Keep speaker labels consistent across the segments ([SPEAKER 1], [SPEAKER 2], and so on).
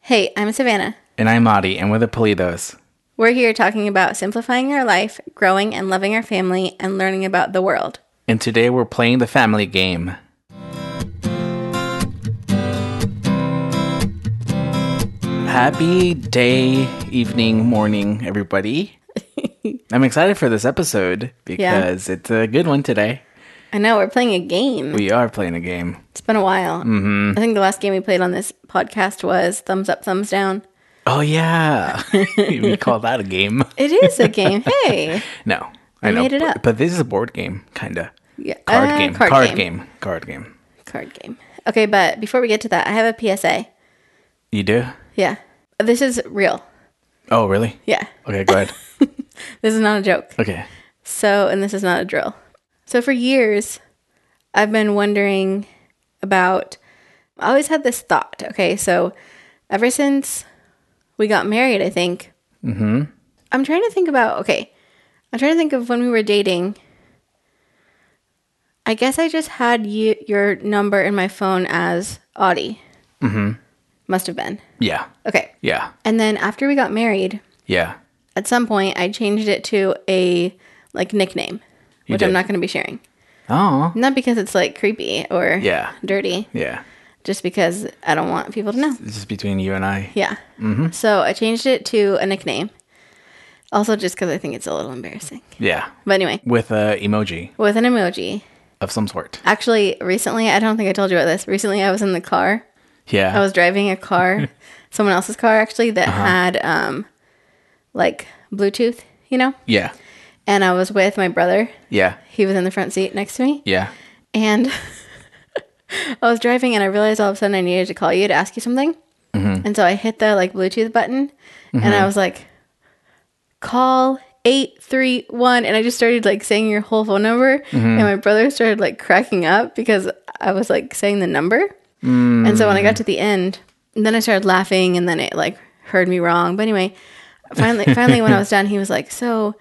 [SPEAKER 1] Hey, I'm Savannah.
[SPEAKER 2] And I'm Adi, and we're the Politos.
[SPEAKER 1] We're here talking about simplifying our life, growing and loving our family, and learning about the world.
[SPEAKER 2] And today we're playing the family game. Happy day, evening, morning, everybody. I'm excited for this episode because it's a good one today.
[SPEAKER 1] I know we're playing a game.
[SPEAKER 2] We are playing a game.
[SPEAKER 1] it's been a while. Mm-hmm. I think the last game we played on this podcast was Thumbs Up, Thumbs Down.
[SPEAKER 2] Oh, yeah. we call that a game.
[SPEAKER 1] It is a game. Hey.
[SPEAKER 2] No, I, know.
[SPEAKER 1] made it
[SPEAKER 2] but-
[SPEAKER 1] up.
[SPEAKER 2] But this is a board game, kind of.
[SPEAKER 1] Yeah,
[SPEAKER 2] Card
[SPEAKER 1] uh,
[SPEAKER 2] game.
[SPEAKER 1] Card,
[SPEAKER 2] card
[SPEAKER 1] game.
[SPEAKER 2] game. Card game.
[SPEAKER 1] Card game. Okay, but before we get to that, I have a PSA.
[SPEAKER 2] You do?
[SPEAKER 1] Yeah. This is real.
[SPEAKER 2] Oh, really?
[SPEAKER 1] Yeah.
[SPEAKER 2] Okay, go ahead.
[SPEAKER 1] This is not a joke.
[SPEAKER 2] Okay.
[SPEAKER 1] So, and this is not a drill. So, for years, I've been wondering about, I always had this thought. Okay. So, ever since we got married, I think, mm-hmm. I'm trying to think about, okay, I'm trying to think of when we were dating. I guess I just had you, your number in my phone as Audie. Mm-hmm. Must have been.
[SPEAKER 2] Yeah.
[SPEAKER 1] Okay.
[SPEAKER 2] Yeah.
[SPEAKER 1] And then after we got married,
[SPEAKER 2] Yeah.
[SPEAKER 1] at some point I changed it to a like nickname, which I'm
[SPEAKER 2] did.
[SPEAKER 1] not going to be sharing.
[SPEAKER 2] Oh.
[SPEAKER 1] Not because it's like creepy or
[SPEAKER 2] Yeah.
[SPEAKER 1] dirty,
[SPEAKER 2] Yeah.
[SPEAKER 1] just because I don't want people to know.
[SPEAKER 2] This is between you and I.
[SPEAKER 1] Yeah.
[SPEAKER 2] Mm-hmm.
[SPEAKER 1] So I changed it to a nickname. Also, just because I think it's a little embarrassing.
[SPEAKER 2] Yeah.
[SPEAKER 1] But anyway,
[SPEAKER 2] With a emoji
[SPEAKER 1] with an emoji.
[SPEAKER 2] of some sort.
[SPEAKER 1] Actually, recently, I don't think I told you about this. Recently, I was in the car.
[SPEAKER 2] Yeah.
[SPEAKER 1] I was driving a car, someone else's car actually, that
[SPEAKER 2] Uh-huh.
[SPEAKER 1] had um, like Bluetooth, you know?
[SPEAKER 2] yeah.
[SPEAKER 1] And I was with my brother.
[SPEAKER 2] Yeah.
[SPEAKER 1] He was in the front seat next to me.
[SPEAKER 2] Yeah.
[SPEAKER 1] and I was driving and I realized all of a sudden I needed to call you to ask you something. And so I hit the like Bluetooth button and I was like, call 831. And I just started like saying your whole phone number. And my brother started like cracking up because I was like saying the number. And so when I got to the end, then I started laughing and then it like heard me wrong. But anyway, finally, finally when I was done, he was like, so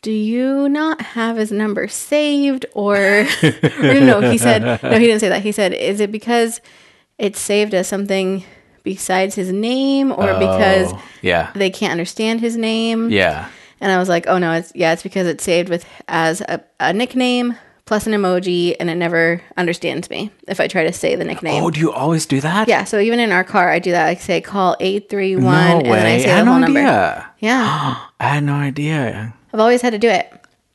[SPEAKER 1] do you not have his number saved or, or no he said no he didn't say that he said is it because it's saved as something besides his name or because
[SPEAKER 2] Oh, yeah.
[SPEAKER 1] they can't understand his name
[SPEAKER 2] Yeah.
[SPEAKER 1] and i was like oh no it's yeah it's because it's saved with as a, a nickname plus an emoji and it never understands me if i try to say the nickname
[SPEAKER 2] Oh, do you always do that?
[SPEAKER 1] yeah so even in our car i do that i say call 831
[SPEAKER 2] No
[SPEAKER 1] and
[SPEAKER 2] way.
[SPEAKER 1] then i
[SPEAKER 2] I,
[SPEAKER 1] say
[SPEAKER 2] had
[SPEAKER 1] the
[SPEAKER 2] no
[SPEAKER 1] whole number
[SPEAKER 2] idea.
[SPEAKER 1] yeah
[SPEAKER 2] I had no idea.
[SPEAKER 1] i've always had to do it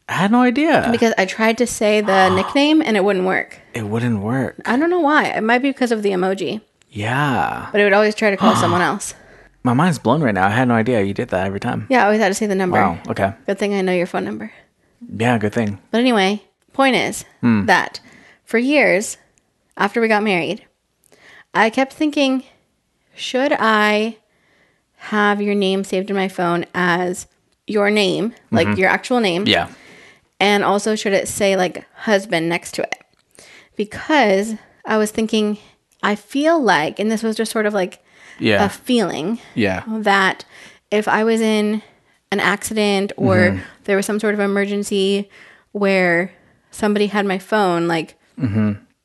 [SPEAKER 2] I had no idea.
[SPEAKER 1] because I tried to say the nickname and it wouldn't work.
[SPEAKER 2] it wouldn't work.
[SPEAKER 1] I don't know why. It might be because of the emoji,
[SPEAKER 2] Yeah.
[SPEAKER 1] but it would always try to call someone else.
[SPEAKER 2] My mind's blown right now. I had no idea you did that every time.
[SPEAKER 1] Yeah, I always had to say the number.
[SPEAKER 2] Wow. Okay.
[SPEAKER 1] Good thing I know your phone number.
[SPEAKER 2] Yeah, good thing.
[SPEAKER 1] But anyway, point is
[SPEAKER 2] Hmm.
[SPEAKER 1] that for years after we got married, I kept thinking, should I have your name saved in my phone as your name, like your actual name?
[SPEAKER 2] Mm-hmm. Yeah.
[SPEAKER 1] And also, should it say like husband next to it? Because I was thinking, I feel like, and this was just sort of like
[SPEAKER 2] Yeah.
[SPEAKER 1] a feeling
[SPEAKER 2] yeah.
[SPEAKER 1] that if I was in an accident or there was some sort of emergency where somebody had my phone, like,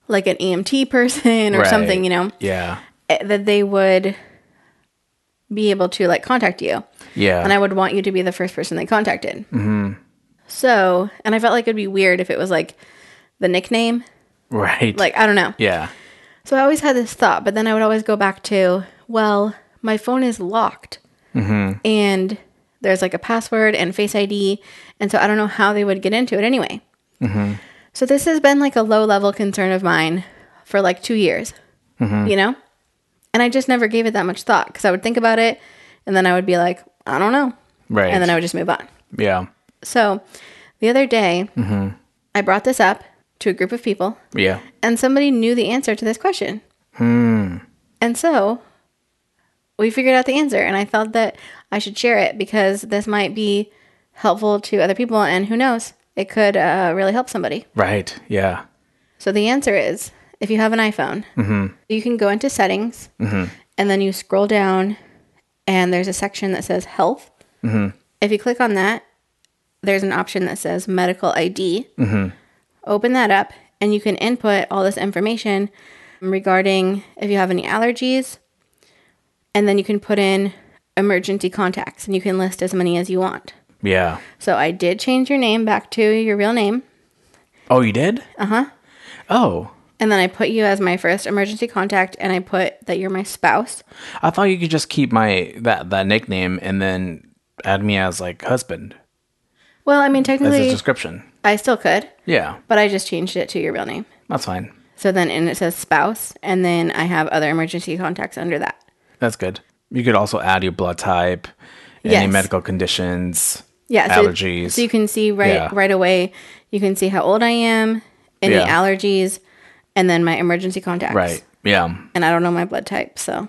[SPEAKER 1] like an EMT person or
[SPEAKER 2] Right.
[SPEAKER 1] something, you know,
[SPEAKER 2] Yeah.
[SPEAKER 1] eh, that they would be able to like contact you
[SPEAKER 2] Yeah.
[SPEAKER 1] and I would want you to be the first person they contacted. So, and I felt like it'd be weird if it was like the nickname.
[SPEAKER 2] right.
[SPEAKER 1] Like, I don't know.
[SPEAKER 2] yeah.
[SPEAKER 1] So I always had this thought, but then I would always go back to, well, my phone is locked. And there's like a password and Face ID. And so I don't know how they would get into it anyway. So this has been like a low level concern of mine for like two years, you know? And I just never gave it that much thought because I would think about it and then I would be like, I don't know.
[SPEAKER 2] Right.
[SPEAKER 1] And then I would just move on.
[SPEAKER 2] yeah.
[SPEAKER 1] So the other day, I brought this up to a group of people,
[SPEAKER 2] Yeah.
[SPEAKER 1] and somebody knew the answer to this question. And so we figured out the answer, and I thought that I should share it because this might be helpful to other people, and who knows, it could uh, really help somebody.
[SPEAKER 2] Right. Yeah.
[SPEAKER 1] So the answer is if you have an iPhone, you can go into settings and then you scroll down and there's a section that says health. If you click on that, there's an option that says medical ID. Open that up and you can input all this information regarding if you have any allergies, and then you can put in emergency contacts and you can list as many as you want.
[SPEAKER 2] Yeah.
[SPEAKER 1] So I did change your name back to your real name.
[SPEAKER 2] Oh, you did? Uh
[SPEAKER 1] Uh-huh.
[SPEAKER 2] huh. Oh,
[SPEAKER 1] And then I put you as my first emergency contact and I put that you're my spouse.
[SPEAKER 2] I thought you could just keep my that that nickname and then add me as like husband
[SPEAKER 1] Well, I mean,
[SPEAKER 2] as a
[SPEAKER 1] technically,
[SPEAKER 2] description.
[SPEAKER 1] I still could,
[SPEAKER 2] Yeah,
[SPEAKER 1] but I just changed it to your real name.
[SPEAKER 2] that's fine.
[SPEAKER 1] So then, and it says spouse, and then I have other emergency contacts under that.
[SPEAKER 2] That's good. You could also add your blood type, any
[SPEAKER 1] Yes.
[SPEAKER 2] medical conditions,
[SPEAKER 1] Yeah, so-
[SPEAKER 2] allergies.
[SPEAKER 1] So, you can see right
[SPEAKER 2] Yeah.
[SPEAKER 1] right away. You can see how old I am, any
[SPEAKER 2] Yeah.
[SPEAKER 1] allergies, and then my emergency contacts.
[SPEAKER 2] right. Yeah,
[SPEAKER 1] And I don't know my blood type, so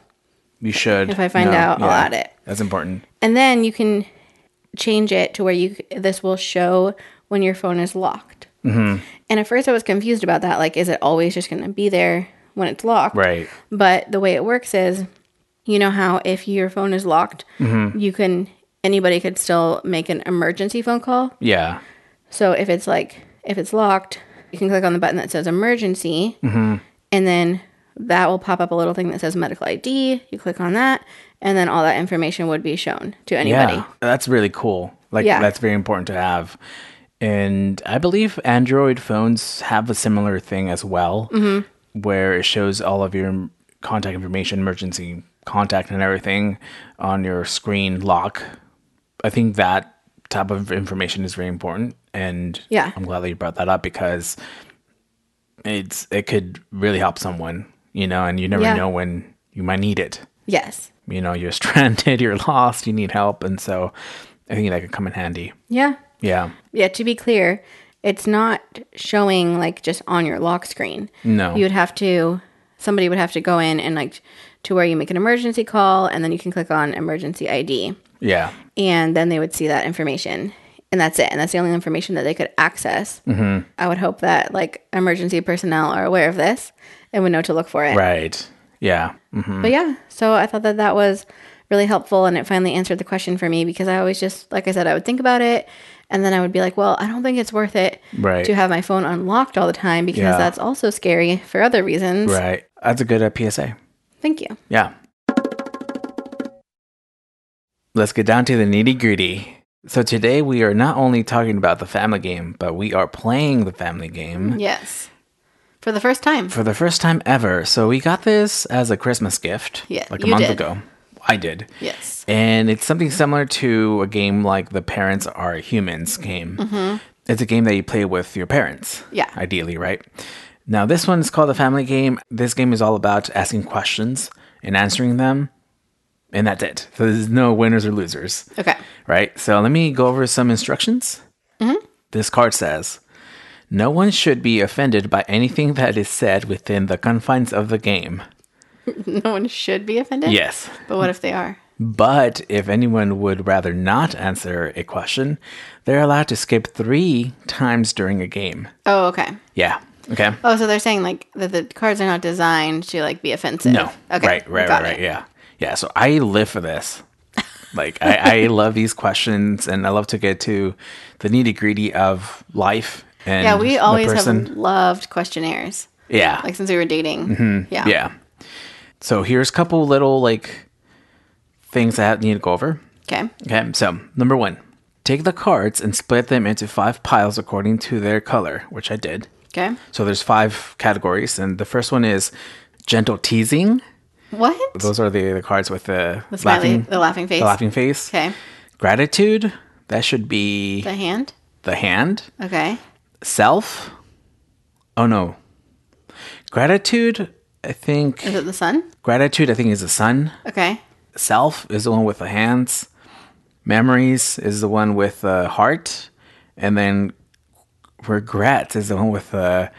[SPEAKER 2] you should.
[SPEAKER 1] If I find out, I'll add it.
[SPEAKER 2] That's important.
[SPEAKER 1] and then you can change it to where you this will show when your phone is locked. Mm-hmm. And at first, I was confused about that. Like, is it always just going to be there when it's locked?
[SPEAKER 2] Right.
[SPEAKER 1] But the way it works is, you know how if your phone is locked,
[SPEAKER 2] Mm-hmm.
[SPEAKER 1] you can anybody could still make an emergency phone call.
[SPEAKER 2] Yeah.
[SPEAKER 1] So if it's like if it's locked, you can click on the button that says emergency,
[SPEAKER 2] Mm-hmm.
[SPEAKER 1] and then that will pop up a little thing that says medical ID. You click on that, and then all that information would be shown to anybody.
[SPEAKER 2] Yeah. That's really cool. Like
[SPEAKER 1] Yeah.
[SPEAKER 2] that's very important to have. And I believe Android phones have a similar thing as well,
[SPEAKER 1] Mm-hmm.
[SPEAKER 2] where it shows all of your contact information, emergency contact, and everything on your screen lock. I think that type of information is very important, and
[SPEAKER 1] Yeah.
[SPEAKER 2] I'm glad that you brought that up because it's it could really help someone, you know, and you never
[SPEAKER 1] Yeah.
[SPEAKER 2] know when you might need it
[SPEAKER 1] Yes.
[SPEAKER 2] you know you're stranded you're lost you need help and so i think that could come in handy
[SPEAKER 1] Yeah.
[SPEAKER 2] yeah
[SPEAKER 1] Yeah. To be clear, it's not showing like just on your lock screen.
[SPEAKER 2] no
[SPEAKER 1] you would have to somebody would have to go in and like to where you make an emergency call and then you can click on emergency id
[SPEAKER 2] yeah
[SPEAKER 1] and then they would see that information and that's it and that's the only information that they could access mm-hmm. i would hope that like emergency personnel are aware of this and would know to look for it
[SPEAKER 2] right yeah Mhm.
[SPEAKER 1] but yeah so i thought that that was really helpful and it finally answered the question for me because i always just like i said i would think about it and then i would be like well i don't think it's worth it
[SPEAKER 2] Right.
[SPEAKER 1] to have my phone unlocked all the time because
[SPEAKER 2] Yeah.
[SPEAKER 1] that's also scary for other reasons
[SPEAKER 2] right that's a good uh, psa
[SPEAKER 1] thank you
[SPEAKER 2] yeah let's get down to the nitty gritty so today we are not only talking about the family game but we are playing the family
[SPEAKER 1] Mm,
[SPEAKER 2] game
[SPEAKER 1] Yes. For the first time.
[SPEAKER 2] Mm-hmm. for the first time ever so we got this as a christmas gift
[SPEAKER 1] Yeah,
[SPEAKER 2] like a
[SPEAKER 1] you
[SPEAKER 2] month
[SPEAKER 1] did.
[SPEAKER 2] ago i did
[SPEAKER 1] yes.
[SPEAKER 2] And it's something similar to a game like the Parents Are Humans game. It's a game that you play with your parents.
[SPEAKER 1] Yeah.
[SPEAKER 2] Ideally, right? Now, this one is called the family game. This game is all about asking questions and answering them. And that's it. So there's no winners or losers,
[SPEAKER 1] Okay.
[SPEAKER 2] right? So let me go over some instructions. This card says No one should be offended by anything that is said within the confines of the game.
[SPEAKER 1] No one should be offended.
[SPEAKER 2] Yes.
[SPEAKER 1] But what if they are?
[SPEAKER 2] But if anyone would rather not answer a question, they're allowed to skip three times during a game.
[SPEAKER 1] Oh, okay.
[SPEAKER 2] Yeah. Okay.
[SPEAKER 1] Oh, so they're saying like that the cards are not designed to like be offensive.
[SPEAKER 2] No.
[SPEAKER 1] Okay.
[SPEAKER 2] Right. Right.
[SPEAKER 1] Got
[SPEAKER 2] Right. Right.
[SPEAKER 1] it.
[SPEAKER 2] Yeah. Yeah. So I live for this. Like I, I love these questions, and I love to get to the nitty gritty of life. And
[SPEAKER 1] Yeah, we always
[SPEAKER 2] the
[SPEAKER 1] have
[SPEAKER 2] person.
[SPEAKER 1] loved questionnaires.
[SPEAKER 2] Yeah.
[SPEAKER 1] Like since we were dating. Yeah.
[SPEAKER 2] Mm-hmm. yeah. So here's a couple little like things I need to go over.
[SPEAKER 1] Okay.
[SPEAKER 2] Okay, so number one, take the cards and split them into five piles according to their color, which I did.
[SPEAKER 1] Okay.
[SPEAKER 2] So there's five categories, and the first one is gentle teasing.
[SPEAKER 1] What?
[SPEAKER 2] Those are the, the cards with the,
[SPEAKER 1] The smiley
[SPEAKER 2] laughing,
[SPEAKER 1] the laughing face.
[SPEAKER 2] the laughing face.
[SPEAKER 1] Okay.
[SPEAKER 2] Gratitude. That should be
[SPEAKER 1] The hand.
[SPEAKER 2] the hand.
[SPEAKER 1] Okay.
[SPEAKER 2] Self. Oh no. Gratitude. I think
[SPEAKER 1] Is it the sun?
[SPEAKER 2] gratitude. I think is the sun.
[SPEAKER 1] Okay.
[SPEAKER 2] Self is the one with the hands. Memories is the one with the heart. And then regret is the one with the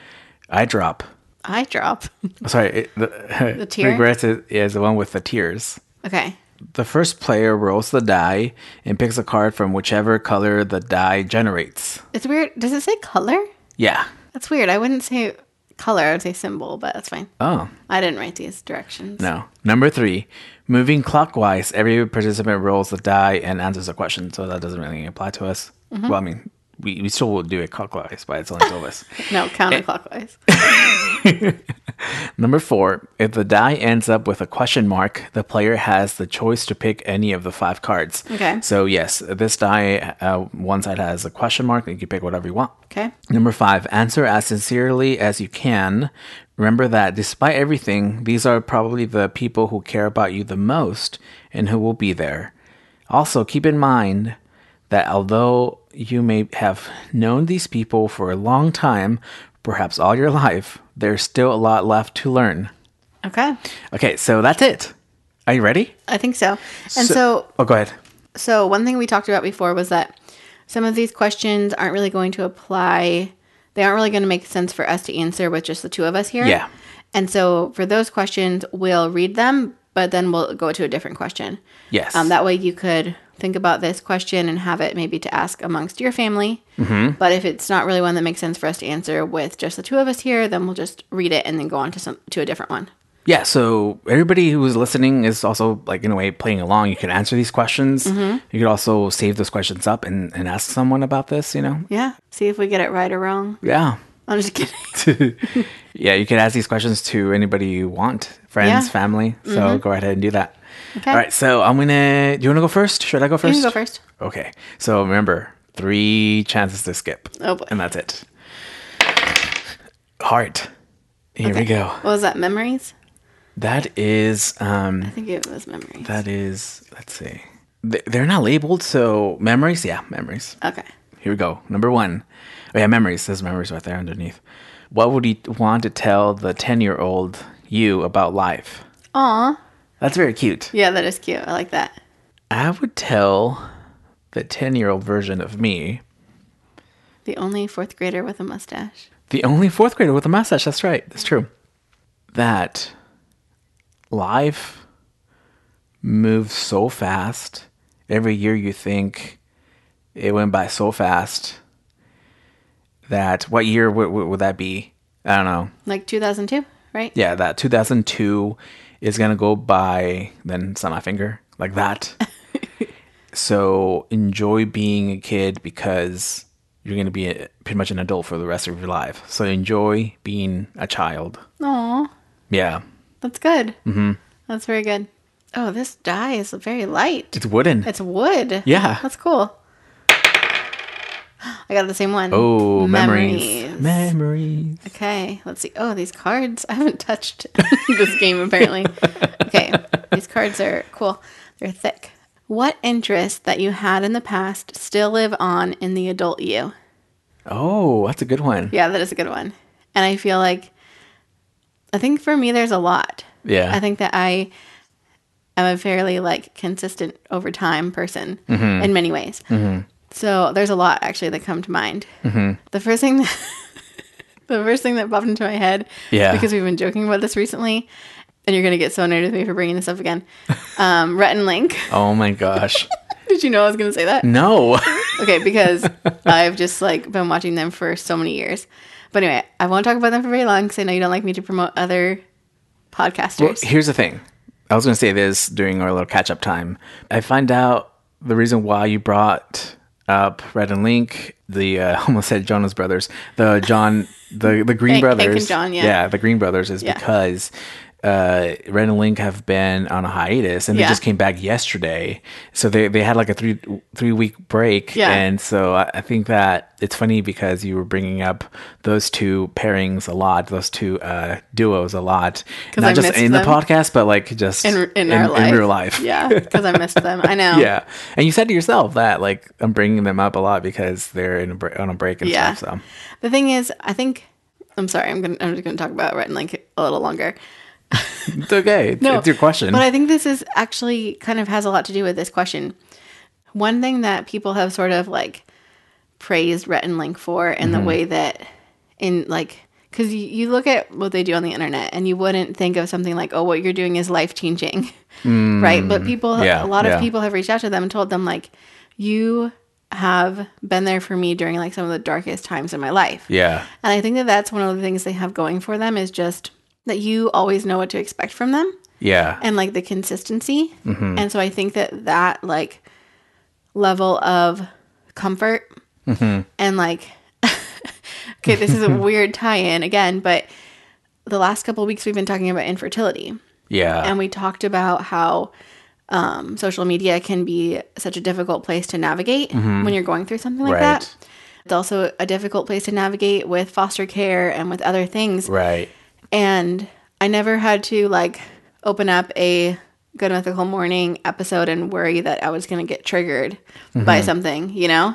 [SPEAKER 2] eye drop.
[SPEAKER 1] Eye drop.
[SPEAKER 2] Sorry, it, the,
[SPEAKER 1] The tear?
[SPEAKER 2] Regret is, is the one with the tears.
[SPEAKER 1] okay.
[SPEAKER 2] The first player rolls the die and picks a card from whichever color the die generates.
[SPEAKER 1] It's weird. Does it say color?
[SPEAKER 2] Yeah.
[SPEAKER 1] That's weird. I wouldn't say color. I would say symbol, but that's fine.
[SPEAKER 2] Oh,
[SPEAKER 1] I didn't write these directions.
[SPEAKER 2] no. Number three, moving clockwise, every participant rolls the die and answers a question. So that doesn't really apply to us. Well, I mean, we, we still will do it clockwise by its own syllabus.
[SPEAKER 1] No, counterclockwise.
[SPEAKER 2] Number four, if the die ends up with a question mark, the player has the choice to pick any of the five cards.
[SPEAKER 1] Okay.
[SPEAKER 2] So, yes, this die, uh, one side has a question mark, and you can pick whatever you want.
[SPEAKER 1] Okay.
[SPEAKER 2] Number five, answer as sincerely as you can. Remember that despite everything, these are probably the people who care about you the most and who will be there. Also, keep in mind that although you may have known these people for a long time, perhaps all your life, there's still a lot left to learn.
[SPEAKER 1] Okay.
[SPEAKER 2] Okay, so that's it. Are you ready?
[SPEAKER 1] I think so. And so
[SPEAKER 2] oh, go ahead.
[SPEAKER 1] So, one thing we talked about before was that some of these questions aren't really going to apply. They aren't really going to make sense for us to answer with just the two of us here.
[SPEAKER 2] Yeah.
[SPEAKER 1] And so, for those questions, we'll read them, but then we'll go to a different question.
[SPEAKER 2] Yes.
[SPEAKER 1] Um, that way, you could think about this question and have it maybe to ask amongst your family. Mm-hmm. But if it's not really one that makes sense for us to answer with just the two of us here, then we'll just read it and then go on to some to a different one.
[SPEAKER 2] Yeah, so everybody who is listening is also like in a way playing along. You can answer these questions.
[SPEAKER 1] Mm-hmm.
[SPEAKER 2] You could also save those questions up and, and ask someone about this, you know?
[SPEAKER 1] Yeah. See if we get it right or wrong.
[SPEAKER 2] Yeah.
[SPEAKER 1] I'm just kidding.
[SPEAKER 2] yeah, you can ask these questions to anybody you want, friends,
[SPEAKER 1] Yeah. Mm-hmm.
[SPEAKER 2] family. So go right ahead and do that.
[SPEAKER 1] Okay.
[SPEAKER 2] All right, so I'm gonna do you wanna go first? Should I go
[SPEAKER 1] You
[SPEAKER 2] first?
[SPEAKER 1] can go first.
[SPEAKER 2] Okay. So remember, three chances to skip.
[SPEAKER 1] Oh, boy.
[SPEAKER 2] And that's it. Heart. Here we go.
[SPEAKER 1] What was that? Memories?
[SPEAKER 2] That is um
[SPEAKER 1] I think it was memories.
[SPEAKER 2] That is, let's see. Th- They're not labeled, so memories. Yeah, memories.
[SPEAKER 1] okay.
[SPEAKER 2] Here we go. Number one. Oh yeah, memories. There's memories right there underneath. What would you want to tell the ten-year-old you about life?
[SPEAKER 1] Aw.
[SPEAKER 2] That's very cute.
[SPEAKER 1] Yeah, that is cute. I like that.
[SPEAKER 2] I would tell the ten-year-old version of me,
[SPEAKER 1] The only fourth grader with a mustache.
[SPEAKER 2] the only fourth grader with a mustache. That's right. That's true. That life moves so fast. Every year you think it went by so fast that what year w- w- would that be? I don't know.
[SPEAKER 1] Like 2002, right?
[SPEAKER 2] Yeah, that 2002 is going to go by, then it's on my finger, like that. so enjoy being a kid because you're going to be a, pretty much an adult for the rest of your life. So enjoy being a child.
[SPEAKER 1] Aw.
[SPEAKER 2] Yeah.
[SPEAKER 1] That's good. Mm-hmm. That's very good. Oh, this die is very light.
[SPEAKER 2] It's wooden.
[SPEAKER 1] It's wood.
[SPEAKER 2] Yeah.
[SPEAKER 1] That's cool. I got the same one.
[SPEAKER 2] oh, memories. Memories.
[SPEAKER 1] Okay, let's see. Oh, these cards. I haven't touched this game apparently. okay, these cards are cool. They're thick. What interests that you had in the past still live on in the adult you?
[SPEAKER 2] Oh, that's a good one.
[SPEAKER 1] Yeah, that is a good one. And I feel like, I think for me, there's a lot.
[SPEAKER 2] Yeah.
[SPEAKER 1] I think that I am a fairly like consistent over time person in many ways. So there's a lot actually that come to mind. The first thing, that, the first thing that popped into my head,
[SPEAKER 2] Yeah.
[SPEAKER 1] because we've been joking about this recently, and you're gonna get so annoyed with me for bringing this up again. Um, Rhett and Link.
[SPEAKER 2] Oh my gosh.
[SPEAKER 1] Did you know I was gonna say that?
[SPEAKER 2] no.
[SPEAKER 1] Okay, because I've just like been watching them for so many years. But anyway, I won't talk about them for very long because I know you don't like me to promote other
[SPEAKER 2] Well,
[SPEAKER 1] podcasters.
[SPEAKER 2] here's the thing. I was going to say this during our little catch up time. I find out the reason why you brought up Red and Link, the uh, I almost said Jonas Brothers, the John, the the Green
[SPEAKER 1] Hank- Hank
[SPEAKER 2] Brothers,
[SPEAKER 1] and John, yeah.
[SPEAKER 2] the Green Brothers is because uh, Red and Link have been on a hiatus and they
[SPEAKER 1] Yeah.
[SPEAKER 2] just came back yesterday, so they they had like a three three week break,
[SPEAKER 1] Yeah.
[SPEAKER 2] and so I, I think that it's funny because you were bringing up those two pairings a lot, those two uh, duos a lot, not
[SPEAKER 1] I
[SPEAKER 2] just
[SPEAKER 1] missed
[SPEAKER 2] in the
[SPEAKER 1] them.
[SPEAKER 2] podcast, but like just
[SPEAKER 1] in, in, our life.
[SPEAKER 2] real life.
[SPEAKER 1] Yeah, because I missed them. I know.
[SPEAKER 2] Yeah. And you said to yourself that like I'm bringing them up a lot because they're in a bre- on a break and
[SPEAKER 1] Yeah.
[SPEAKER 2] stuff.
[SPEAKER 1] The thing is, I think I'm sorry. I'm gonna. I'm just gonna talk about Rhett and Link a little longer.
[SPEAKER 2] So it's okay. It's,
[SPEAKER 1] No,
[SPEAKER 2] it's your question.
[SPEAKER 1] But I think this is actually kind of has a lot to do with this question. One thing that people have sort of like praised Rhett and Link for in
[SPEAKER 2] Mm-hmm.
[SPEAKER 1] the way that in like because you, you look at what they do on the internet and you wouldn't think of something like oh what you're doing is life changing right but people
[SPEAKER 2] Mm, yeah,
[SPEAKER 1] a lot
[SPEAKER 2] yeah.
[SPEAKER 1] of people have reached out to them and told them like you have been there for me during like some of the darkest times in my life
[SPEAKER 2] yeah.
[SPEAKER 1] and I think that that's one of the things they have going for them is just that you always know what to expect from them
[SPEAKER 2] Yeah.
[SPEAKER 1] and like the consistency. And so I think that that like level of comfort And like, okay, this is a weird tie in again, but the last couple of weeks we've been talking about infertility.
[SPEAKER 2] Yeah.
[SPEAKER 1] And we talked about how um, social media can be such a difficult place to navigate when you're going through something like
[SPEAKER 2] Right.
[SPEAKER 1] that. It's also a difficult place to navigate with foster care and with other things.
[SPEAKER 2] right.
[SPEAKER 1] And I never had to like open up a Good Mythical Morning episode and worry that I was going to get triggered by something, you know?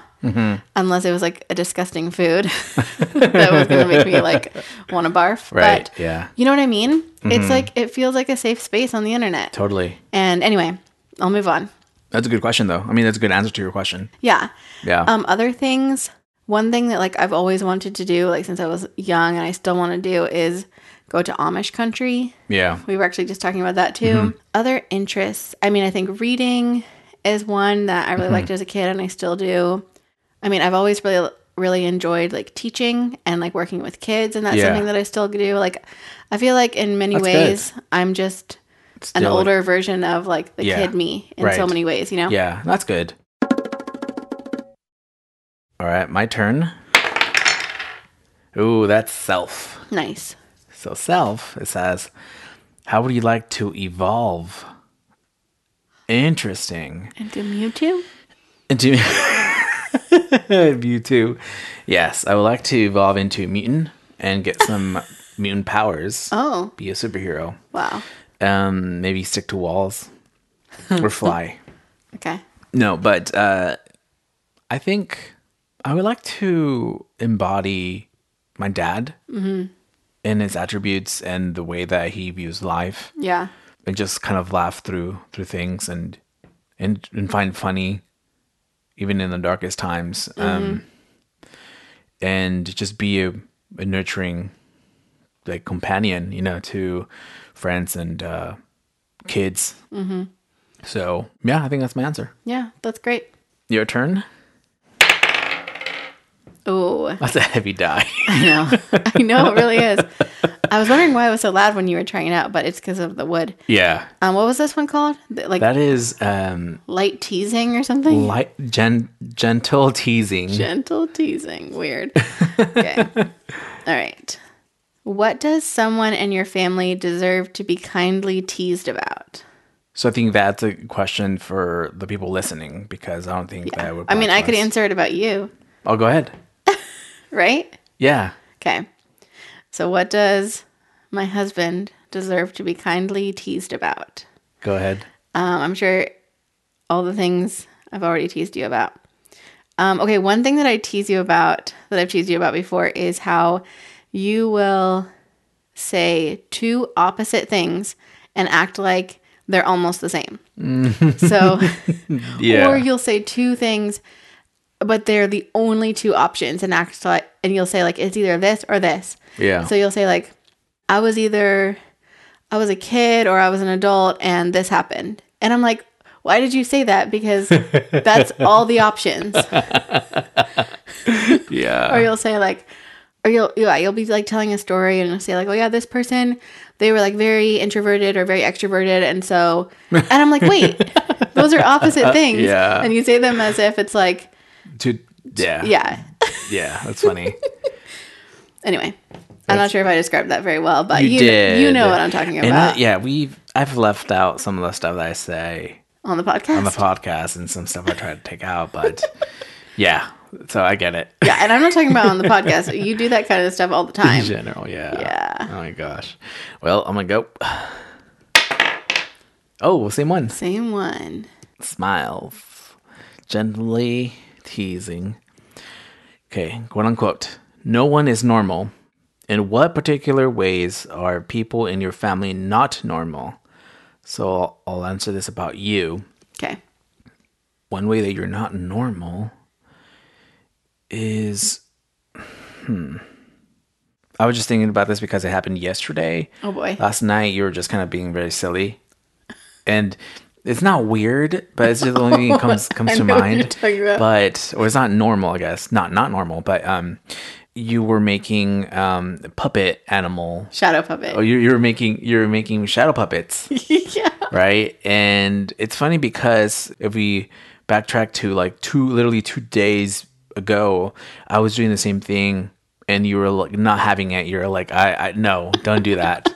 [SPEAKER 1] Unless it was like a disgusting food that was going to make me like want to barf.
[SPEAKER 2] Right, yeah.
[SPEAKER 1] You know what I mean? It's like, it feels like a safe space on the internet.
[SPEAKER 2] Totally.
[SPEAKER 1] And anyway, I'll move on.
[SPEAKER 2] That's a good question, though. I mean, that's a good answer to your question.
[SPEAKER 1] Yeah.
[SPEAKER 2] Yeah.
[SPEAKER 1] Um, other things, one thing that like I've always wanted to do, like since I was young and I still want to do is go to Amish country.
[SPEAKER 2] yeah.
[SPEAKER 1] We were actually just talking about that too.
[SPEAKER 2] Mm-hmm.
[SPEAKER 1] Other interests. I mean, I think reading is one that I
[SPEAKER 2] Mm-hmm.
[SPEAKER 1] really liked as a kid and I still do. I mean, I've always really really enjoyed like teaching and like working with kids and that's
[SPEAKER 2] Yeah.
[SPEAKER 1] something that I still do. Like I feel like in many
[SPEAKER 2] That's good.
[SPEAKER 1] ways I'm just an
[SPEAKER 2] Still, like-
[SPEAKER 1] older version of like the
[SPEAKER 2] Yeah.
[SPEAKER 1] kid me in so
[SPEAKER 2] Right.
[SPEAKER 1] many ways, you know?
[SPEAKER 2] Yeah, that's good. All right, my turn. Ooh, that's self.
[SPEAKER 1] Nice.
[SPEAKER 2] So self, it says, how would you like to evolve? Interesting.
[SPEAKER 1] And do Mewtwo?
[SPEAKER 2] Into you too. Yes, I would like to evolve into a mutant and get some mutant powers.
[SPEAKER 1] Oh,
[SPEAKER 2] Be a superhero.
[SPEAKER 1] wow.
[SPEAKER 2] Um, maybe stick to walls or fly.
[SPEAKER 1] Okay.
[SPEAKER 2] No, but uh, I think I would like to embody my dad in his attributes and the way that he views life,
[SPEAKER 1] Yeah.
[SPEAKER 2] and just kind of laugh through through things and and and find funny, even in the darkest times, um, and just be a, a nurturing like companion, you know, to friends and uh, kids. Mm-hmm. So yeah, I think that's my answer.
[SPEAKER 1] Yeah, that's great.
[SPEAKER 2] Your turn.
[SPEAKER 1] Oh,
[SPEAKER 2] That's a heavy die.
[SPEAKER 1] I know. I know it really is. I was wondering why it was so loud when you were trying it out, but it's because of the wood.
[SPEAKER 2] yeah.
[SPEAKER 1] Um, what was this one called? The- Like
[SPEAKER 2] That is um
[SPEAKER 1] light teasing or something?
[SPEAKER 2] light gen- gentle teasing.
[SPEAKER 1] Gentle teasing. Weird. Okay. All right. What does someone in your family deserve to be kindly teased about?
[SPEAKER 2] so I think that's a question for the people listening because I don't think that would
[SPEAKER 1] I mean,
[SPEAKER 2] apply
[SPEAKER 1] I
[SPEAKER 2] to
[SPEAKER 1] could
[SPEAKER 2] us.
[SPEAKER 1] answer it about you,
[SPEAKER 2] Oh, go ahead.
[SPEAKER 1] right?
[SPEAKER 2] Yeah.
[SPEAKER 1] Okay. So, what does my husband deserve to be kindly teased about?
[SPEAKER 2] Go ahead.
[SPEAKER 1] Um, I'm sure all the things I've already teased you about. Um, okay, one thing that I tease you about, that I've teased you about before, is how you will say two opposite things and act like they're almost the same. so,
[SPEAKER 2] Yeah.
[SPEAKER 1] or you'll say two things, but they're the only two options, and act like, and you'll say like it's either this or this.
[SPEAKER 2] yeah.
[SPEAKER 1] So you'll say like, I was either I was a kid or I was an adult and this happened. And I'm like, why did you say that? Because that's all the options. Or
[SPEAKER 2] yeah.
[SPEAKER 1] you'll say like or you'll yeah, you'll be like telling a story and you'll say like, Oh yeah, this person, they were like very introverted or very extroverted and so and I'm like, wait, those are opposite things.
[SPEAKER 2] Uh, Yeah.
[SPEAKER 1] And you say them as if it's like,
[SPEAKER 2] To, yeah.
[SPEAKER 1] yeah.
[SPEAKER 2] Yeah. That's funny.
[SPEAKER 1] Anyway. I'm not sure if I described that very well, but you, you,
[SPEAKER 2] did.
[SPEAKER 1] know what I'm talking
[SPEAKER 2] And I-
[SPEAKER 1] about
[SPEAKER 2] yeah, we've I've left out some of the stuff that I say
[SPEAKER 1] on the podcast.
[SPEAKER 2] on the podcast and some stuff I try to take out, but yeah. So I get it.
[SPEAKER 1] Yeah, and I'm not talking about on the podcast. You do that kind of stuff all the
[SPEAKER 2] In
[SPEAKER 1] time.
[SPEAKER 2] general, yeah.
[SPEAKER 1] Yeah.
[SPEAKER 2] Oh my gosh. Well, I'm gonna go. Oh, same one.
[SPEAKER 1] Same one.
[SPEAKER 2] Smiles, gently teasing. Okay, quote unquote. No one is normal. In what particular ways are people in your family not normal? So I'll- I'll answer this about you.
[SPEAKER 1] Okay.
[SPEAKER 2] One way that you're not normal is. Hmm. I was just thinking about this because it happened yesterday
[SPEAKER 1] Oh boy.
[SPEAKER 2] last night you were just kind of being very silly and it's not weird but it's just the only thing that comes comes to
[SPEAKER 1] know what
[SPEAKER 2] mind
[SPEAKER 1] you're talking about.
[SPEAKER 2] but or it's not normal i guess not not normal but um you were making um puppet animal
[SPEAKER 1] Shadow puppet.
[SPEAKER 2] oh you, you were making you were making shadow puppets
[SPEAKER 1] yeah.
[SPEAKER 2] right and it's funny because if we backtrack to like two literally two days ago, I was doing the same thing, and you were like not having it. You're like, I, I no, don't do that.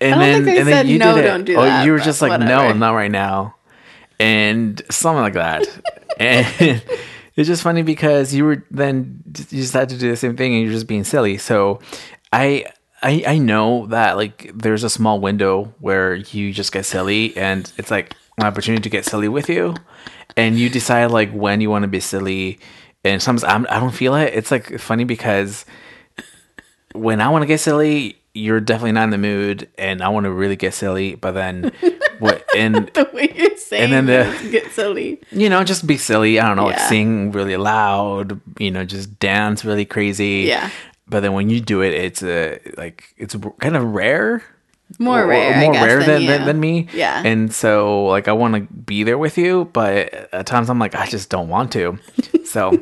[SPEAKER 2] And
[SPEAKER 1] don't think they said, "No, don't do
[SPEAKER 2] oh,
[SPEAKER 1] that,"
[SPEAKER 2] you were
[SPEAKER 1] but
[SPEAKER 2] just like, no,
[SPEAKER 1] whatever.
[SPEAKER 2] not right now, and something like that. and it's just funny because you were then you just had to do the same thing, and you're just being silly. So, I. I, I know that like there's a small window where you just get silly and it's like an opportunity to get silly with you and you decide like when you want to be silly and sometimes I'm, i don't feel it it's like funny because when I want to get silly, you're definitely not in the mood, and I want to really get silly. But then, what? And
[SPEAKER 1] the way you're saying
[SPEAKER 2] then
[SPEAKER 1] and
[SPEAKER 2] the-
[SPEAKER 1] then get silly.
[SPEAKER 2] you know, just be silly. I don't know, like
[SPEAKER 1] Yeah.
[SPEAKER 2] sing really loud. You know, just dance really crazy.
[SPEAKER 1] Yeah.
[SPEAKER 2] But then when you do it, it's a like it's kind of rare.
[SPEAKER 1] More
[SPEAKER 2] or- or
[SPEAKER 1] rare, I
[SPEAKER 2] more
[SPEAKER 1] guess,
[SPEAKER 2] rare
[SPEAKER 1] than,
[SPEAKER 2] than,
[SPEAKER 1] you.
[SPEAKER 2] than, than me.
[SPEAKER 1] Yeah.
[SPEAKER 2] And so, like, I want to be there with you, but at times I'm like, I just don't want to. So,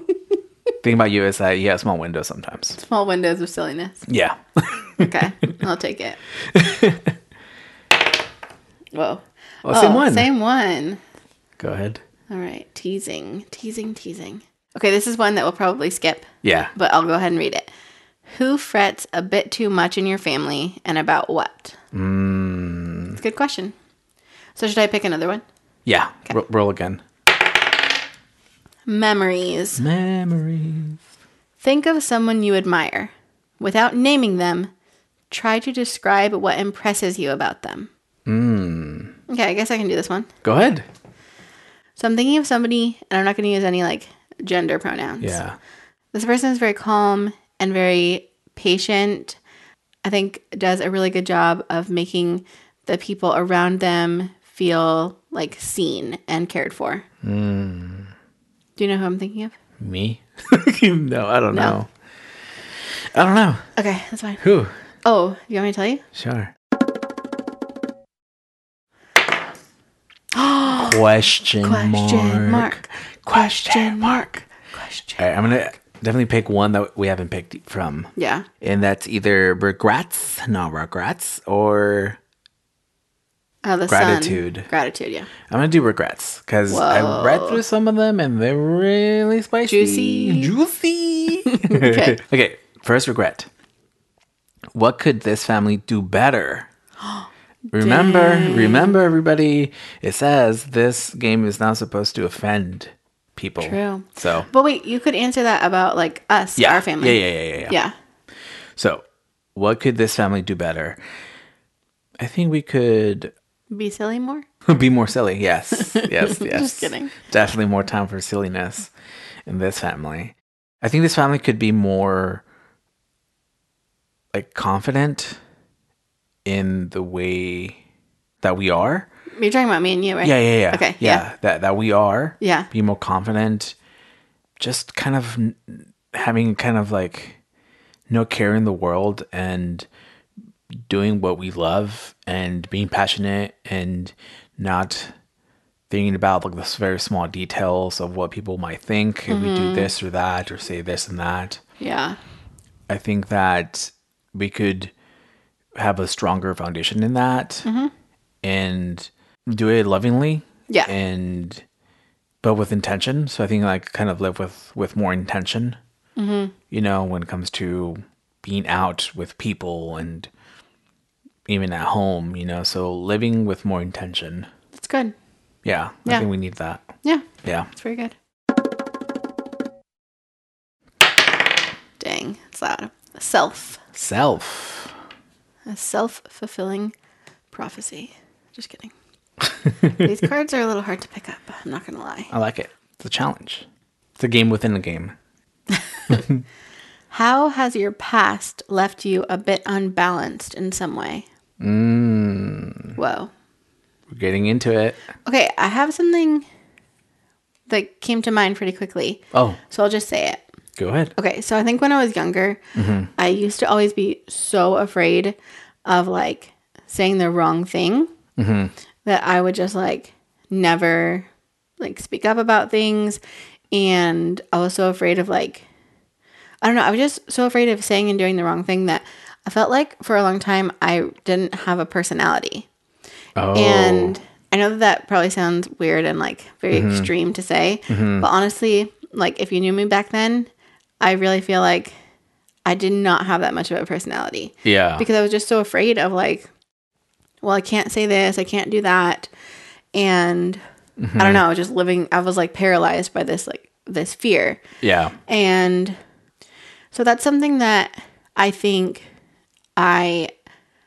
[SPEAKER 2] thing about you is that you have small windows sometimes.
[SPEAKER 1] Small windows of silliness.
[SPEAKER 2] Yeah.
[SPEAKER 1] Okay, I'll take it. Whoa. Oh,
[SPEAKER 2] Well, same one.
[SPEAKER 1] Same one.
[SPEAKER 2] Go ahead.
[SPEAKER 1] All right, teasing, teasing, teasing. Okay, this is one that we'll probably skip,
[SPEAKER 2] Yeah.
[SPEAKER 1] but I'll go ahead and read it. Who frets a bit too much in your family and about what? Mm. Good question. So, should I pick another one?
[SPEAKER 2] Yeah. Ro- roll again.
[SPEAKER 1] Memories.
[SPEAKER 2] Memories.
[SPEAKER 1] Think of someone you admire. Without naming them, try to describe what impresses you about them. Mm. Okay, I guess I can do this one.
[SPEAKER 2] Go ahead.
[SPEAKER 1] So, I'm thinking of somebody, and I'm not going to use any like gender pronouns.
[SPEAKER 2] Yeah.
[SPEAKER 1] This person is very calm and very patient. I think does a really good job of making the people around them feel like seen and cared for.
[SPEAKER 2] Mm.
[SPEAKER 1] Do you know who I'm thinking of?
[SPEAKER 2] Me? no, I don't know. I don't know.
[SPEAKER 1] Okay, that's fine.
[SPEAKER 2] Who?
[SPEAKER 1] Oh, you want me to tell you?
[SPEAKER 2] Sure. Question,
[SPEAKER 1] Question
[SPEAKER 2] mark.
[SPEAKER 1] mark.
[SPEAKER 2] Question mark.
[SPEAKER 1] Question.
[SPEAKER 2] All right, I'm going to definitely pick one that we haven't picked from.
[SPEAKER 1] Yeah.
[SPEAKER 2] And that's either regrets, not regrets, or
[SPEAKER 1] Oh, the sun.
[SPEAKER 2] Gratitude.
[SPEAKER 1] Gratitude. Yeah.
[SPEAKER 2] I'm going to do regrets because I read through some of them and they're really spicy.
[SPEAKER 1] Juicy.
[SPEAKER 2] Juicy.
[SPEAKER 1] Okay.
[SPEAKER 2] okay, first regret. What could this family do better? remember, remember, everybody. It says this game is not supposed to offend people.
[SPEAKER 1] True.
[SPEAKER 2] So,
[SPEAKER 1] But wait, you could answer that about like us,
[SPEAKER 2] yeah,
[SPEAKER 1] our family.
[SPEAKER 2] Yeah, yeah, yeah, yeah, yeah.
[SPEAKER 1] Yeah.
[SPEAKER 2] So, what could this family do better? I think we could
[SPEAKER 1] Be silly more.
[SPEAKER 2] be more silly. Yes, yes, yes.
[SPEAKER 1] kidding.
[SPEAKER 2] Definitely more time for silliness in this family. I think this family could be more like confident in the way that we are.
[SPEAKER 1] You're talking about me and you, right?
[SPEAKER 2] Yeah, yeah, yeah.
[SPEAKER 1] Okay,
[SPEAKER 2] yeah.
[SPEAKER 1] yeah.
[SPEAKER 2] That that we are.
[SPEAKER 1] Yeah.
[SPEAKER 2] Be more confident. Just kind of n- having kind of like no care in the world and doing what we love and being passionate and not thinking about like the very small details of what people might think if we do this or that or say this and that.
[SPEAKER 1] Yeah.
[SPEAKER 2] I think that we could have a stronger foundation in that and do it lovingly.
[SPEAKER 1] Yeah.
[SPEAKER 2] And but with intention. So I think like kind of live with with more intention.
[SPEAKER 1] Mm-hmm.
[SPEAKER 2] You know, when it comes to being out with people and even at home, you know, so living with more intention.
[SPEAKER 1] That's good.
[SPEAKER 2] Yeah, I
[SPEAKER 1] Yeah.
[SPEAKER 2] think we need that.
[SPEAKER 1] Yeah.
[SPEAKER 2] Yeah.
[SPEAKER 1] It's very good. Dang, it's loud. Self.
[SPEAKER 2] Self.
[SPEAKER 1] A self fulfilling prophecy. Just kidding. These cards are a little hard to pick up. I'm not going to lie.
[SPEAKER 2] I like it. It's a challenge. It's a game within a game.
[SPEAKER 1] How has your past left you a bit unbalanced in some way? Mm. Whoa.
[SPEAKER 2] We're getting into it.
[SPEAKER 1] Okay, I have something that came to mind pretty quickly.
[SPEAKER 2] Oh,
[SPEAKER 1] So I'll just say it.
[SPEAKER 2] Go ahead.
[SPEAKER 1] Okay, so I think when I was younger, I used to always be so afraid of like saying the wrong thing that I would just like never like speak up about things. And I was so afraid of like, I don't know, I was just so afraid of saying and doing the wrong thing that I felt like for a long time I didn't have a personality.
[SPEAKER 2] Oh,
[SPEAKER 1] And I know that, that probably sounds weird and like very extreme to say, but honestly, like if you knew me back then, I really feel like I did not have that much of a personality
[SPEAKER 2] Oh, Yeah.
[SPEAKER 1] because I was just so afraid of like, well, I can't say this, I can't do that, and I don't know. I was just living. I was like paralyzed by this like this fear,
[SPEAKER 2] yeah.
[SPEAKER 1] and so that's something that I think I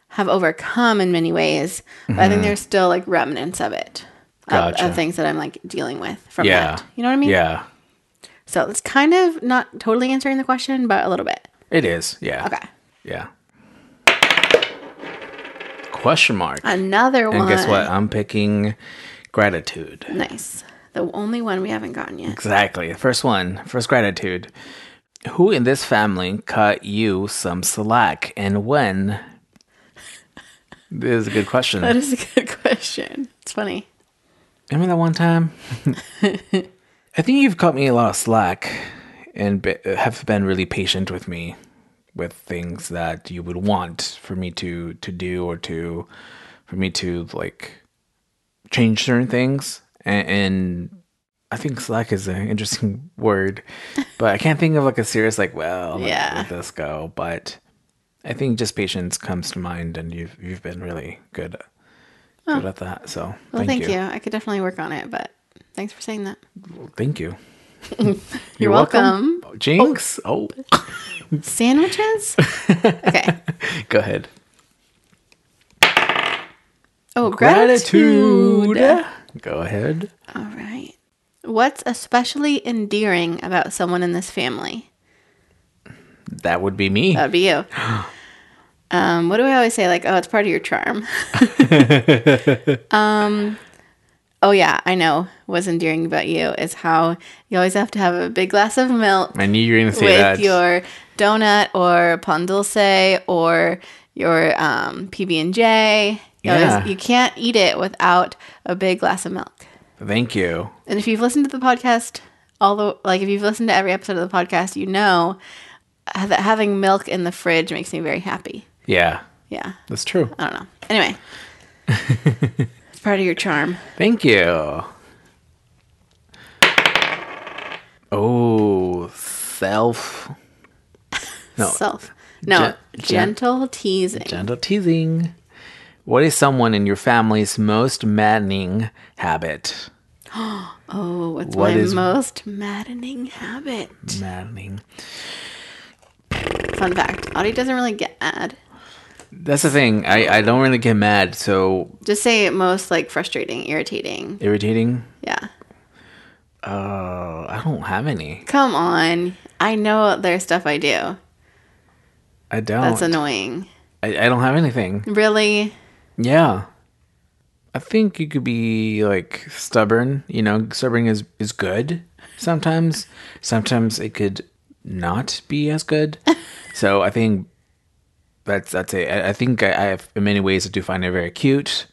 [SPEAKER 1] have overcome in many ways. But I think there's still like remnants of it. of- Of,
[SPEAKER 2] Mm-hmm. Gotcha.
[SPEAKER 1] things that I'm like dealing with from
[SPEAKER 2] Yeah.
[SPEAKER 1] that. You know what I mean?
[SPEAKER 2] Yeah.
[SPEAKER 1] So it's kind of not totally answering the question, but a little bit.
[SPEAKER 2] It is. Yeah.
[SPEAKER 1] Okay.
[SPEAKER 2] Yeah. Question mark.
[SPEAKER 1] Another one.
[SPEAKER 2] and guess what? I'm picking gratitude.
[SPEAKER 1] Nice. The only one we haven't gotten yet.
[SPEAKER 2] Exactly. First one, first gratitude. Who in this family cut you some slack and when? This is a good question.
[SPEAKER 1] That is a good question. It's funny.
[SPEAKER 2] Remember that one time? I think you've cut me a lot of slack and be- have been really patient with me with things that you would want for me to to do or to for me to like change certain things and, and I think slack is an interesting word, but I can't think of like a serious like well let-
[SPEAKER 1] Yeah.
[SPEAKER 2] let this go. But I think just patience comes to mind, and you've you've been really good good at that. So
[SPEAKER 1] Well, thank, you. I could definitely work on it, but thanks for saying that.
[SPEAKER 2] Thank you.
[SPEAKER 1] You're, welcome.
[SPEAKER 2] Jinx. Oh,
[SPEAKER 1] Sandwiches? okay.
[SPEAKER 2] go ahead.
[SPEAKER 1] Oh, gratitude.
[SPEAKER 2] Go ahead.
[SPEAKER 1] All right. What's especially endearing about someone in this family?
[SPEAKER 2] That would be me.
[SPEAKER 1] That'd be you. Um, what do I always say? Like, oh, it's part of your charm. um, oh yeah, I know. What's endearing about you is how you always have to have a big glass of milk
[SPEAKER 2] I knew you were going to say
[SPEAKER 1] with
[SPEAKER 2] that.
[SPEAKER 1] your donut or pan dulce or your um, PB and J. You always-
[SPEAKER 2] Yeah.
[SPEAKER 1] you can't eat it without a big glass of milk.
[SPEAKER 2] Thank you.
[SPEAKER 1] And if you've listened to the podcast, all the like if you've listened to every episode of the podcast, you know uh, that having milk in the fridge makes me very happy.
[SPEAKER 2] Yeah,
[SPEAKER 1] Yeah,
[SPEAKER 2] that's true.
[SPEAKER 1] I don't know. Anyway, it's part of your charm.
[SPEAKER 2] Thank you. Oh, self. No.
[SPEAKER 1] Self. No,
[SPEAKER 2] Gen-
[SPEAKER 1] gentle teasing.
[SPEAKER 2] Gentle teasing. What is someone in your family's most maddening habit?
[SPEAKER 1] oh, what's
[SPEAKER 2] What
[SPEAKER 1] my
[SPEAKER 2] is-
[SPEAKER 1] most maddening habit?
[SPEAKER 2] Maddening.
[SPEAKER 1] Fun fact: Audie doesn't really get mad.
[SPEAKER 2] That's the thing. I, I don't really get mad, so
[SPEAKER 1] Just say most like frustrating, irritating.
[SPEAKER 2] irritating.
[SPEAKER 1] Yeah.
[SPEAKER 2] Uh, I don't have any.
[SPEAKER 1] Come on. I know there's stuff I do.
[SPEAKER 2] I don't.
[SPEAKER 1] That's annoying.
[SPEAKER 2] I, I don't have anything.
[SPEAKER 1] Really?
[SPEAKER 2] Yeah. I think you could be like stubborn. You know, stubborn is is good sometimes. sometimes it could not be as good. so I think that's that's it. I, I think I, I have in many ways I do find it very cute,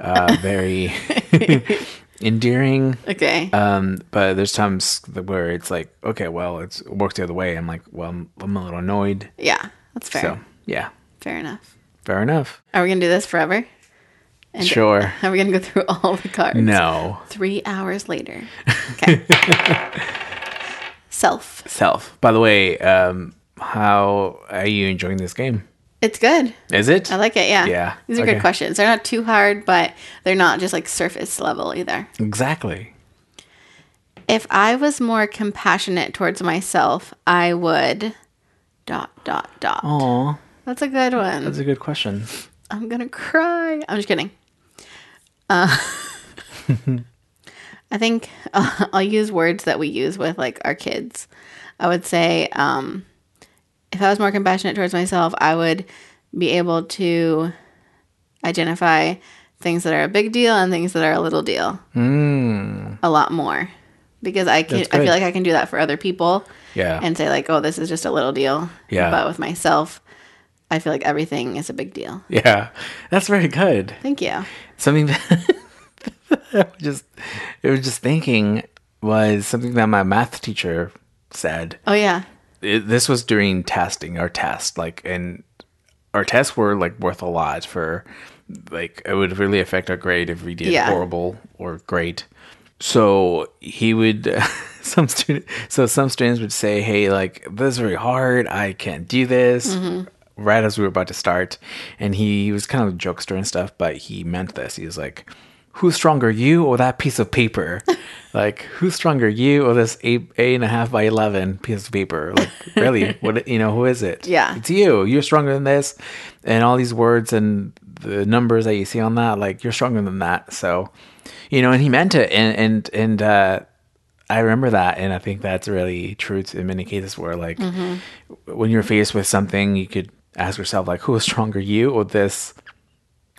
[SPEAKER 2] uh, very endearing.
[SPEAKER 1] Okay.
[SPEAKER 2] Um, but there's times th- where it's like, okay, well, it's it works the other way. I'm like, well, I'm, I'm a little annoyed.
[SPEAKER 1] Yeah, that's fair.
[SPEAKER 2] So yeah,
[SPEAKER 1] Fair enough.
[SPEAKER 2] fair enough.
[SPEAKER 1] Are we gonna do this forever? And
[SPEAKER 2] Sure.
[SPEAKER 1] Are we gonna go through all the cards?
[SPEAKER 2] No.
[SPEAKER 1] Three hours later. Okay. Self.
[SPEAKER 2] Self. By the way, um, how are you enjoying this game?
[SPEAKER 1] It's good.
[SPEAKER 2] Is it?
[SPEAKER 1] I like it. Yeah.
[SPEAKER 2] Yeah,
[SPEAKER 1] These are
[SPEAKER 2] okay.
[SPEAKER 1] good questions. They're not too hard, but they're not just like surface level either.
[SPEAKER 2] exactly.
[SPEAKER 1] If I was more compassionate towards myself, I would. Dot dot dot.
[SPEAKER 2] Aw,
[SPEAKER 1] That's a good one.
[SPEAKER 2] Oh. that's a good question.
[SPEAKER 1] I'm gonna cry. I'm just kidding. Uh, I think uh, I'll, I'll use words that we use with like our kids. I would say um, if I was more compassionate towards myself, I would be able to identify things that are a big deal and things that are a little deal Mm. a lot more because I can.
[SPEAKER 2] Hmm. That's
[SPEAKER 1] I feel
[SPEAKER 2] good.
[SPEAKER 1] like I can do that for other people
[SPEAKER 2] Yeah.
[SPEAKER 1] and say like, oh, this is just a little deal.
[SPEAKER 2] Yeah.
[SPEAKER 1] But with myself, I feel like everything is a big deal.
[SPEAKER 2] yeah, that's very good.
[SPEAKER 1] Thank you.
[SPEAKER 2] Something that I was just I was just thinking was something that my math teacher said.
[SPEAKER 1] Oh yeah.
[SPEAKER 2] it, this was during testing our test like and our tests were like worth a lot for like it would really affect our grade if we did
[SPEAKER 1] Yeah.
[SPEAKER 2] horrible or great so he would some student so some students would say hey like this is really hard i can't do this right as we were about to start and he was kind of a jokester and stuff but he meant this he was like who's stronger you or that piece of paper like who's stronger you or this eight eight and a half by 11 piece of paper like really what you know who is it
[SPEAKER 1] Yeah.
[SPEAKER 2] it's you you're stronger than this and all these words and the numbers that you see on that like you're stronger than that so you know and he meant it and and and uh I remember that, and I think that's really true to, in many cases where, like,
[SPEAKER 1] Mm-hmm.
[SPEAKER 2] when you're faced with something, you could ask yourself, like, who is stronger, you or this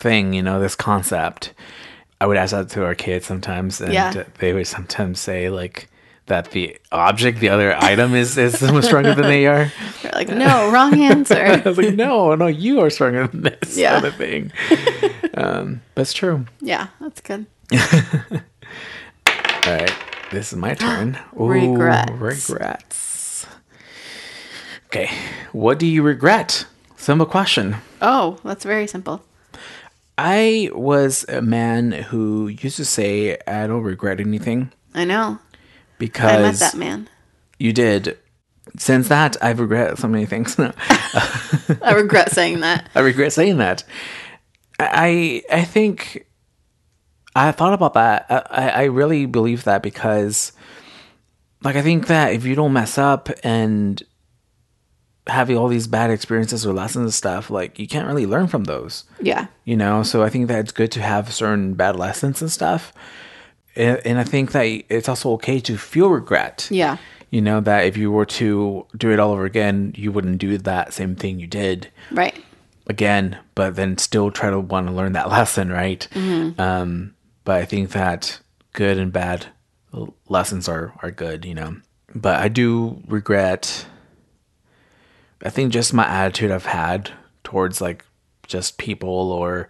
[SPEAKER 2] thing, you know, this concept? I would ask that to our kids sometimes, and
[SPEAKER 1] Yeah.
[SPEAKER 2] they would sometimes say, like, that the object, the other item, is is so much stronger than they are.
[SPEAKER 1] They're like, no, wrong answer.
[SPEAKER 2] I was like, no, no, you are stronger than this
[SPEAKER 1] Yeah.
[SPEAKER 2] kind of thing. um, but it's true.
[SPEAKER 1] yeah, that's good.
[SPEAKER 2] All right, this is my turn. Ooh,
[SPEAKER 1] Regrets.
[SPEAKER 2] Regrets. Okay, what do you regret? Simple question.
[SPEAKER 1] Oh, that's very simple.
[SPEAKER 2] I was a man who used to say, "I don't regret anything,"
[SPEAKER 1] I know. I met
[SPEAKER 2] because
[SPEAKER 1] that man.
[SPEAKER 2] you did. Since that, I regret so many things. No.
[SPEAKER 1] I regret saying that.
[SPEAKER 2] I regret saying that. I I think I thought about that. I- I, I really believe that because, like, I think that if you don't mess up and having all these bad experiences or lessons and stuff, like, you can't really learn from those
[SPEAKER 1] Yeah.
[SPEAKER 2] you know so i think that it's good to have certain bad lessons and stuff and, and i think that it's also okay to feel regret
[SPEAKER 1] Yeah.
[SPEAKER 2] you know that if you were to do it all over again you wouldn't do that same thing you did
[SPEAKER 1] Right.
[SPEAKER 2] again but then still try to want to learn that lesson right um but i think that good and bad l- lessons are are good you know but i do regret I think just my attitude I've had towards like just people or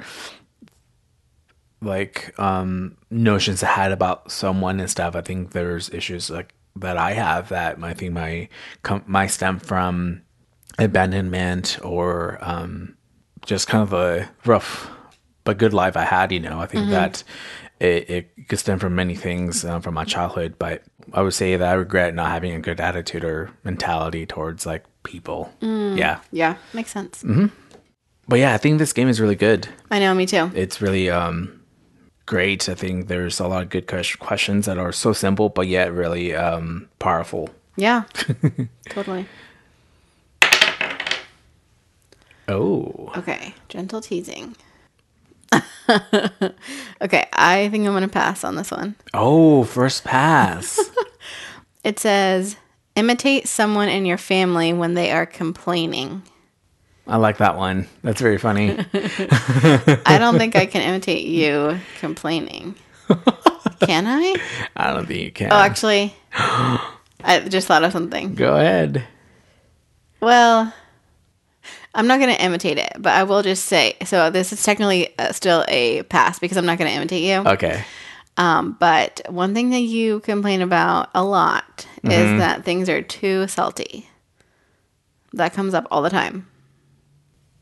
[SPEAKER 2] like um notions I had about someone and stuff. I think there's issues like that I have that I think my com- my stem from abandonment or um just kind of a rough but good life I had, you know. I think that it, it could stem from many things uh, from my childhood, but I would say that I regret not having a good attitude or mentality towards like people. Yeah.
[SPEAKER 1] Yeah. Makes sense.
[SPEAKER 2] But yeah, I think this game is really good.
[SPEAKER 1] I know, me too.
[SPEAKER 2] It's really um great. I think there's a lot of good ques- questions that are so simple but yet really um powerful.
[SPEAKER 1] Yeah. totally.
[SPEAKER 2] Oh.
[SPEAKER 1] Okay. Gentle teasing. okay. I think I'm going to pass on this one.
[SPEAKER 2] Oh, first pass.
[SPEAKER 1] It says, imitate someone in your family when they are complaining.
[SPEAKER 2] I like that one. That's very funny.
[SPEAKER 1] I don't think I can imitate you complaining. Can I?
[SPEAKER 2] I don't think you can.
[SPEAKER 1] Oh, actually, I just thought of something.
[SPEAKER 2] Go ahead.
[SPEAKER 1] Well, I'm not going to imitate it, but I will just say so this is technically uh, still a pass because I'm not going to imitate you.
[SPEAKER 2] Okay.
[SPEAKER 1] Um, but one thing that you complain about a lot
[SPEAKER 2] Mm-hmm.
[SPEAKER 1] is that things are too salty. That comes up all the time.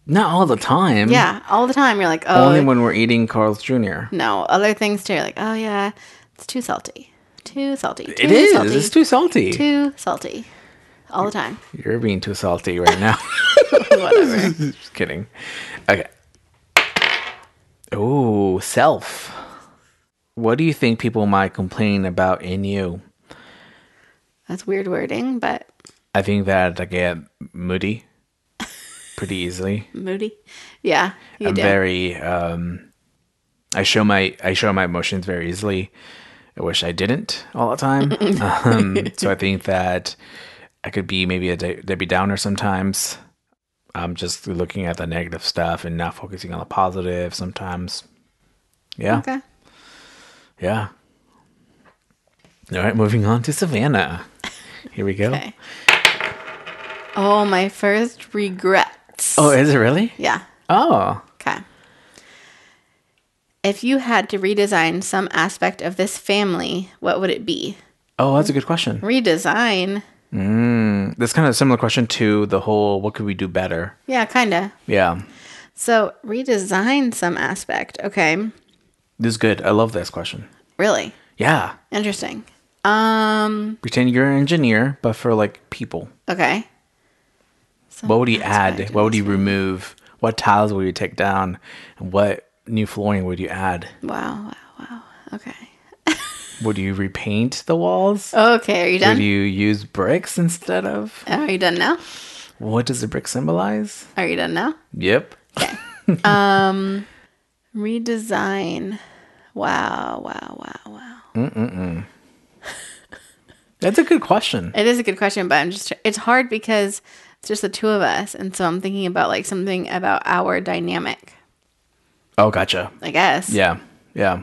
[SPEAKER 2] Not all the time.
[SPEAKER 1] Yeah, all the time. You're like, oh,
[SPEAKER 2] Only when we're eating Carl's Jr.
[SPEAKER 1] no. Other things too. You're like, oh, yeah, it's too salty. Too salty. Too
[SPEAKER 2] It is.
[SPEAKER 1] Salty,
[SPEAKER 2] It's too salty.
[SPEAKER 1] too salty. All the time.
[SPEAKER 2] You're being too salty right now.
[SPEAKER 1] Whatever.
[SPEAKER 2] Just kidding. Okay. Oh, self. What do you think people might complain about in you?
[SPEAKER 1] That's weird wording, but
[SPEAKER 2] I think that I get moody pretty easily.
[SPEAKER 1] moody. Yeah, you
[SPEAKER 2] I'm
[SPEAKER 1] do.
[SPEAKER 2] very um I show my I show my emotions very easily. I wish I didn't all the time. um, so I think that I could be maybe a De- Debbie Downer sometimes. I'm just looking at the negative stuff and not focusing on the positive sometimes. Yeah.
[SPEAKER 1] okay.
[SPEAKER 2] Yeah. All right, moving on to Savannah. Here we go.
[SPEAKER 1] Okay. Oh, my first regrets.
[SPEAKER 2] Oh, is it really?
[SPEAKER 1] Yeah.
[SPEAKER 2] Oh.
[SPEAKER 1] Okay. If you had to redesign some aspect of this family, what would it be?
[SPEAKER 2] Oh, that's a good question.
[SPEAKER 1] Redesign?
[SPEAKER 2] That's kind of a similar question to the whole what could we do better?
[SPEAKER 1] Yeah, kind of.
[SPEAKER 2] Yeah.
[SPEAKER 1] So, redesign some aspect. Okay.
[SPEAKER 2] This is good. I love this question.
[SPEAKER 1] Really?
[SPEAKER 2] Yeah.
[SPEAKER 1] Interesting. Um.
[SPEAKER 2] Pretend you're an engineer, but for like people.
[SPEAKER 1] Okay. So-
[SPEAKER 2] What would he
[SPEAKER 1] that's
[SPEAKER 2] add?
[SPEAKER 1] fine.
[SPEAKER 2] What would he remove? What tiles would you take down? And what new flooring would you add?
[SPEAKER 1] Wow! Wow! Wow! Okay.
[SPEAKER 2] Would you repaint the walls?
[SPEAKER 1] Okay. Are you
[SPEAKER 2] Would
[SPEAKER 1] done?
[SPEAKER 2] you use bricks instead of?
[SPEAKER 1] are you done now?
[SPEAKER 2] What does the brick symbolize?
[SPEAKER 1] Are you done now?
[SPEAKER 2] Yep.
[SPEAKER 1] Redesign. Wow! Wow! Wow! Wow!
[SPEAKER 2] That's a good question.
[SPEAKER 1] It is a good question, but I'm just it's hard because it's just the two of us, and so I'm thinking about like something about our dynamic.
[SPEAKER 2] Oh, gotcha.
[SPEAKER 1] I guess.
[SPEAKER 2] Yeah. Yeah.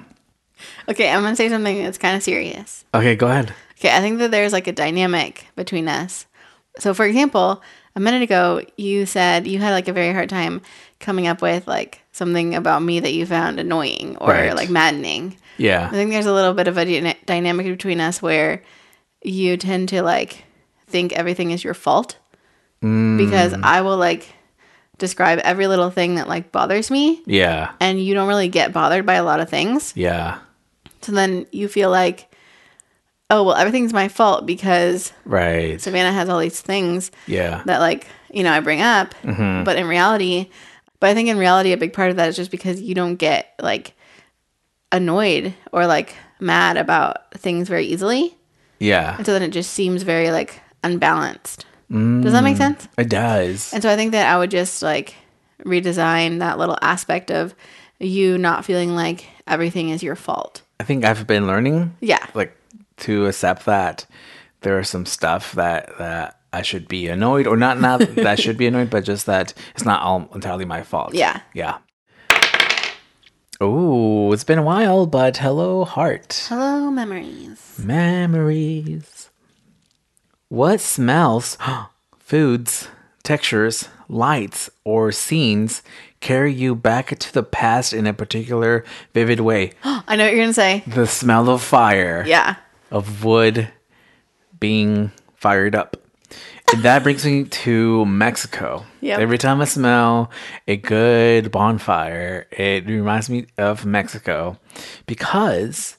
[SPEAKER 1] Okay, I'm gonna say something that's kind of serious.
[SPEAKER 2] Okay, go ahead.
[SPEAKER 1] Okay, I think that there's like a dynamic between us. So, for example, a minute ago, you said you had like a very hard time coming up with like something about me that you found annoying or
[SPEAKER 2] Right.
[SPEAKER 1] like maddening. I
[SPEAKER 2] Yeah.
[SPEAKER 1] think there's a little bit of a dyna- dynamic between us where you tend to like think everything is your fault because I will like describe every little thing that like bothers me
[SPEAKER 2] Yeah.
[SPEAKER 1] and you don't really get bothered by a lot of things.
[SPEAKER 2] Yeah.
[SPEAKER 1] So then you feel like oh, well everything's my fault because
[SPEAKER 2] Right.
[SPEAKER 1] Savannah has all these things
[SPEAKER 2] Yeah.
[SPEAKER 1] that like, you know, I bring up, but in reality, but I think in reality a big part of that is just because you don't get like annoyed or like mad about things very easily.
[SPEAKER 2] Yeah.
[SPEAKER 1] And so then it just seems very like unbalanced. Does that make sense?
[SPEAKER 2] It does.
[SPEAKER 1] And so I think that I would just like redesign that little aspect of you not feeling like everything is your fault.
[SPEAKER 2] I think I've been learning
[SPEAKER 1] Yeah.
[SPEAKER 2] like to accept that there is some stuff that that I should be annoyed or not not that I should be annoyed, but just that it's not all entirely my fault.
[SPEAKER 1] Yeah.
[SPEAKER 2] Yeah. Oh, it's been a while, but hello heart.
[SPEAKER 1] Hello, memories.
[SPEAKER 2] Memories. What smells, foods, textures, lights, or scenes carry you back to the past in a particular vivid way?
[SPEAKER 1] I know what you're going to say.
[SPEAKER 2] the smell of fire
[SPEAKER 1] Yeah.
[SPEAKER 2] of wood being fired up. And that brings me to Mexico.
[SPEAKER 1] Yep.
[SPEAKER 2] Every time I smell a good bonfire, it reminds me of Mexico because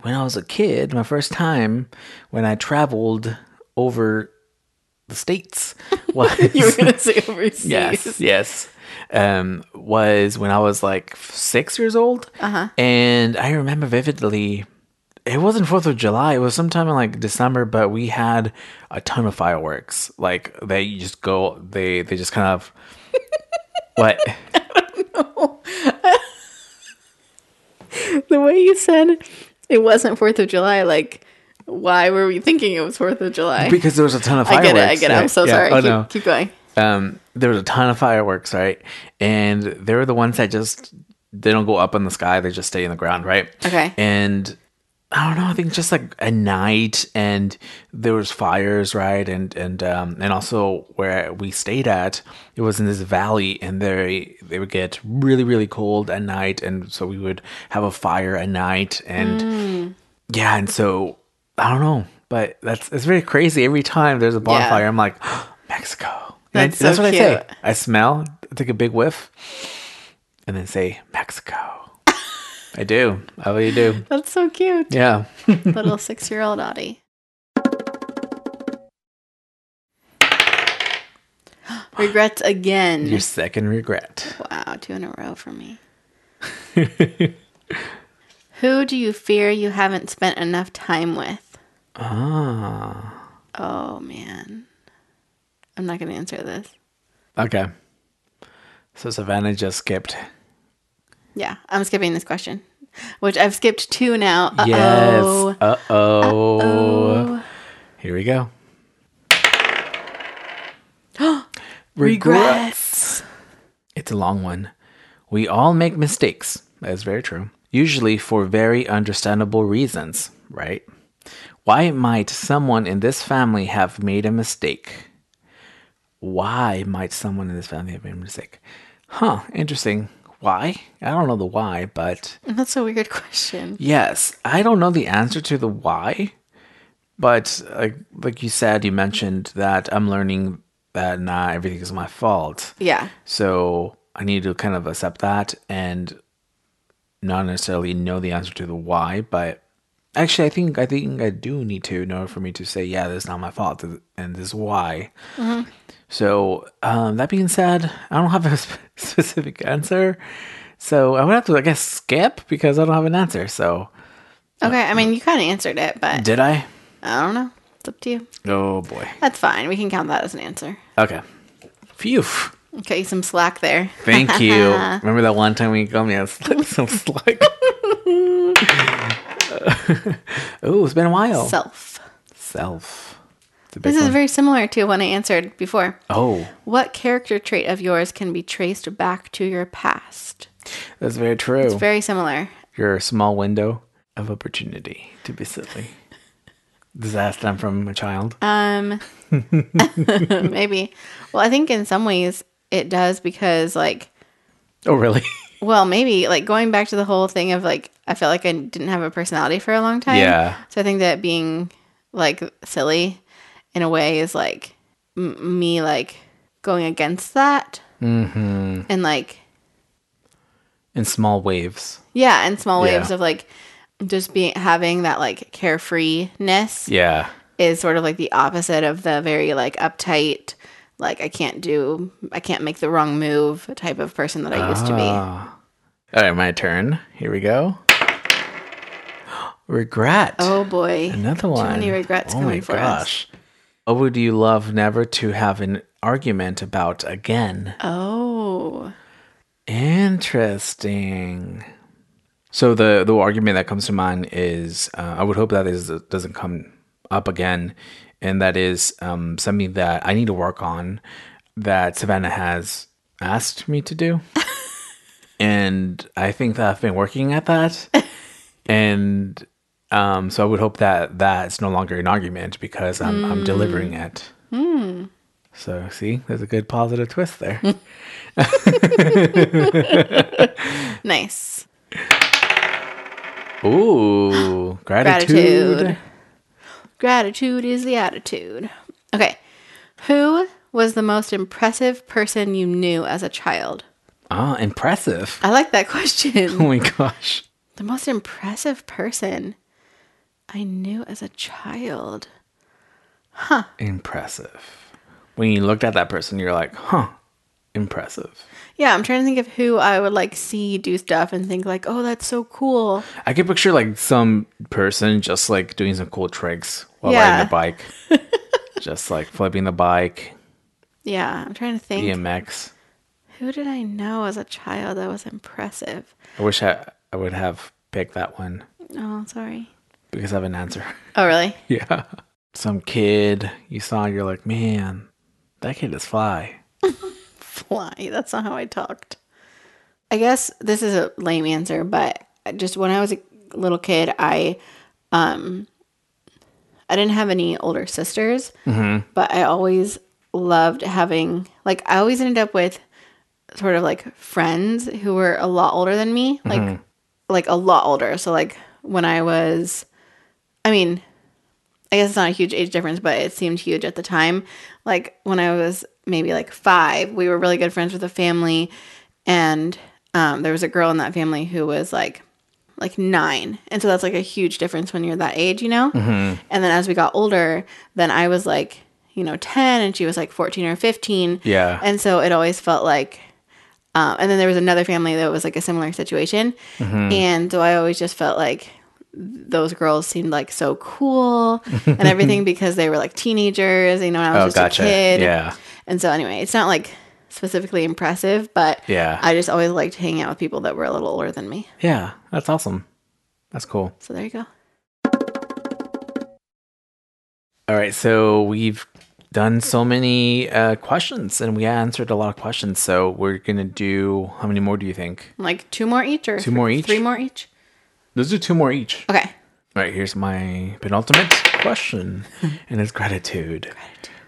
[SPEAKER 2] when I was a kid, my first time when I traveled over the states was
[SPEAKER 1] You were going to say overseas.
[SPEAKER 2] Yes, yes. Um, was when I was like six years old, uh-huh. and I remember vividly. It wasn't Fourth of July; it was sometime in like December. But we had a ton of fireworks. Like they just go, they they just kind of what?
[SPEAKER 1] The way you said it wasn't Fourth of July, like why were we thinking it was Fourth of July?
[SPEAKER 2] Because there was a ton of
[SPEAKER 1] I
[SPEAKER 2] fireworks.
[SPEAKER 1] get it. I get it. I'm
[SPEAKER 2] right?
[SPEAKER 1] so
[SPEAKER 2] Yeah.
[SPEAKER 1] sorry.
[SPEAKER 2] Oh
[SPEAKER 1] keep,
[SPEAKER 2] no.
[SPEAKER 1] keep going.
[SPEAKER 2] um, there was a ton of fireworks, right? And they were the ones that just they don't go up in the sky; they just stay in the ground, right?
[SPEAKER 1] Okay.
[SPEAKER 2] And I don't know. I think just like a night, and there was fires, right? And and um, and also where we stayed at, it was in this valley, and they they would get really really cold at night, and so we would have a fire at night, and
[SPEAKER 1] Mm.
[SPEAKER 2] yeah, and so I don't know, but that's it's very crazy. Every time there's a bonfire, I'm like Mexico. And
[SPEAKER 1] That's
[SPEAKER 2] I-
[SPEAKER 1] so
[SPEAKER 2] what I say.
[SPEAKER 1] cute.
[SPEAKER 2] I smell, I take a big whiff, and then say Mexico. I do. I really do.
[SPEAKER 1] That's so cute.
[SPEAKER 2] Yeah.
[SPEAKER 1] Little six year old Audie. Regrets again.
[SPEAKER 2] Your second regret.
[SPEAKER 1] Wow, two in a row for me. Who do you fear you haven't spent enough time with?
[SPEAKER 2] Ah.
[SPEAKER 1] Oh man. I'm not gonna answer this.
[SPEAKER 2] Okay. So Savannah just skipped.
[SPEAKER 1] Yeah, I'm skipping this question, which I've skipped two now. Uh-oh.
[SPEAKER 2] Yes. Uh oh.
[SPEAKER 1] Oh.
[SPEAKER 2] Here we go.
[SPEAKER 1] Regrets.
[SPEAKER 2] It's a long one. We all make mistakes. That is very true. Usually for very understandable reasons, right? Why might someone in this family have made a mistake? Why might someone in this family have made a mistake? Huh, interesting. Why? I don't know the why, but
[SPEAKER 1] That's a weird question.
[SPEAKER 2] Yes, I don't know the answer to the why, but like like you said, you mentioned that I'm learning that not everything is my fault.
[SPEAKER 1] Yeah.
[SPEAKER 2] So I need to kind of accept that and not necessarily know the answer to the why, but Actually, I think I think I do need to in order for me to say, yeah, this is not my fault, th- and this is why. So um, that being said, I don't have a sp- specific answer. So I would have to, I guess, skip because I don't have an answer. So
[SPEAKER 1] Okay, I mean, you kind of answered it, but
[SPEAKER 2] did I?
[SPEAKER 1] I don't know. It's up to you.
[SPEAKER 2] Oh boy.
[SPEAKER 1] That's fine. We can count that as an answer.
[SPEAKER 2] Okay. Phew.
[SPEAKER 1] Cut you some slack there.
[SPEAKER 2] Thank you. Remember that one time when you called me a sl- some slack? oh, it's been a while.
[SPEAKER 1] Self.
[SPEAKER 2] Self. It's a big
[SPEAKER 1] This is
[SPEAKER 2] one.
[SPEAKER 1] very similar to one I answered before.
[SPEAKER 2] oh,
[SPEAKER 1] What character trait of yours can be traced back to your past?
[SPEAKER 2] that's very true.
[SPEAKER 1] It's very similar.
[SPEAKER 2] Your small window of opportunity to be silly. Does that stem from a child?
[SPEAKER 1] Um, maybe. Well, I think in some ways it does because, like,
[SPEAKER 2] oh, really?
[SPEAKER 1] well, maybe like going back to the whole thing of like, I felt like I didn't have a personality for a long time.
[SPEAKER 2] Yeah.
[SPEAKER 1] So I think that being like silly in a way is like m- me like going against that. Mm-hmm. And like,
[SPEAKER 2] In small waves.
[SPEAKER 1] yeah, and small waves
[SPEAKER 2] Yeah.
[SPEAKER 1] of like just being having that like carefreeness.
[SPEAKER 2] Yeah.
[SPEAKER 1] is sort of like the opposite of the very like uptight like i can't do i can't make the wrong move type of person that i used to
[SPEAKER 2] Ah.
[SPEAKER 1] be
[SPEAKER 2] All right, my turn. Here we go. Regret.
[SPEAKER 1] oh boy
[SPEAKER 2] Another one. Oh
[SPEAKER 1] many regrets coming for us.
[SPEAKER 2] What would you love never to have an argument about again?
[SPEAKER 1] oh
[SPEAKER 2] Interesting. So the the argument that comes to mind is uh, I would hope that is doesn't come up again, and that is um, something that I need to work on that Savannah has asked me to do, and I think that I've been working at that, and um, so I would hope that that's no longer an argument because I'm I'm delivering it. So see, there's a good positive twist there.
[SPEAKER 1] nice
[SPEAKER 2] Ooh, gratitude.
[SPEAKER 1] Gratitude. gratitude is the attitude okay who was the most impressive person you knew as a child
[SPEAKER 2] Ah, impressive.
[SPEAKER 1] i like that
[SPEAKER 2] Oh
[SPEAKER 1] question
[SPEAKER 2] my gosh.
[SPEAKER 1] the most impressive person i knew as a child
[SPEAKER 2] Impressive. When you looked at that person, you're like, huh, impressive.
[SPEAKER 1] yeah i'm trying to think of who i would like see do stuff and think like oh that's so cool
[SPEAKER 2] I could picture like some person just like doing some cool tricks while riding
[SPEAKER 1] Yeah.
[SPEAKER 2] a bike, just like flipping the bike,
[SPEAKER 1] Yeah, I'm trying to think.
[SPEAKER 2] BMX.
[SPEAKER 1] Who did I know as a child that was impressive?
[SPEAKER 2] I wish I, I would have picked that one
[SPEAKER 1] Oh, sorry.
[SPEAKER 2] because I have an answer.
[SPEAKER 1] Oh, really?
[SPEAKER 2] yeah. Some kid you saw, you're like, man, that kid is fly.
[SPEAKER 1] Fly. That's not how I talked. I guess this is a lame answer, but just when I was a little kid, I um I didn't have any older sisters,
[SPEAKER 2] Mm-hmm.
[SPEAKER 1] but I always loved having like I always ended up with sort of like friends who were a lot older than me, like like a lot older. So like when I was I mean, I guess it's not a huge age difference, but it seemed huge at the time. Like when I was maybe like five, we were really good friends with a family, and um, there was a girl in that family who was like like nine, and so that's like a huge difference when you're that age, you know.
[SPEAKER 2] Mm-hmm.
[SPEAKER 1] And then as we got older, then I was like you know ten, and she was like fourteen or fifteen.
[SPEAKER 2] Yeah.
[SPEAKER 1] and so it always felt like. Um, and then there was another family that was like a similar situation,
[SPEAKER 2] Mm-hmm.
[SPEAKER 1] and so I always just felt like those girls seemed like so cool and everything because they were like teenagers, you know, and I was
[SPEAKER 2] Oh,
[SPEAKER 1] just
[SPEAKER 2] gotcha.
[SPEAKER 1] a kid.
[SPEAKER 2] Yeah.
[SPEAKER 1] And so anyway, it's not like specifically impressive, but
[SPEAKER 2] Yeah.
[SPEAKER 1] I just always liked hanging out with people that were a little older than me.
[SPEAKER 2] Yeah. That's awesome. That's cool.
[SPEAKER 1] So there you go.
[SPEAKER 2] All right, so we've done so many uh, questions, and we answered a lot of questions. So we're gonna do how many more do you think?
[SPEAKER 1] Like two more each or
[SPEAKER 2] Two more each?
[SPEAKER 1] Three more each.
[SPEAKER 2] Let's do two more each.
[SPEAKER 1] Okay.
[SPEAKER 2] All right, here's my penultimate question, and it's gratitude.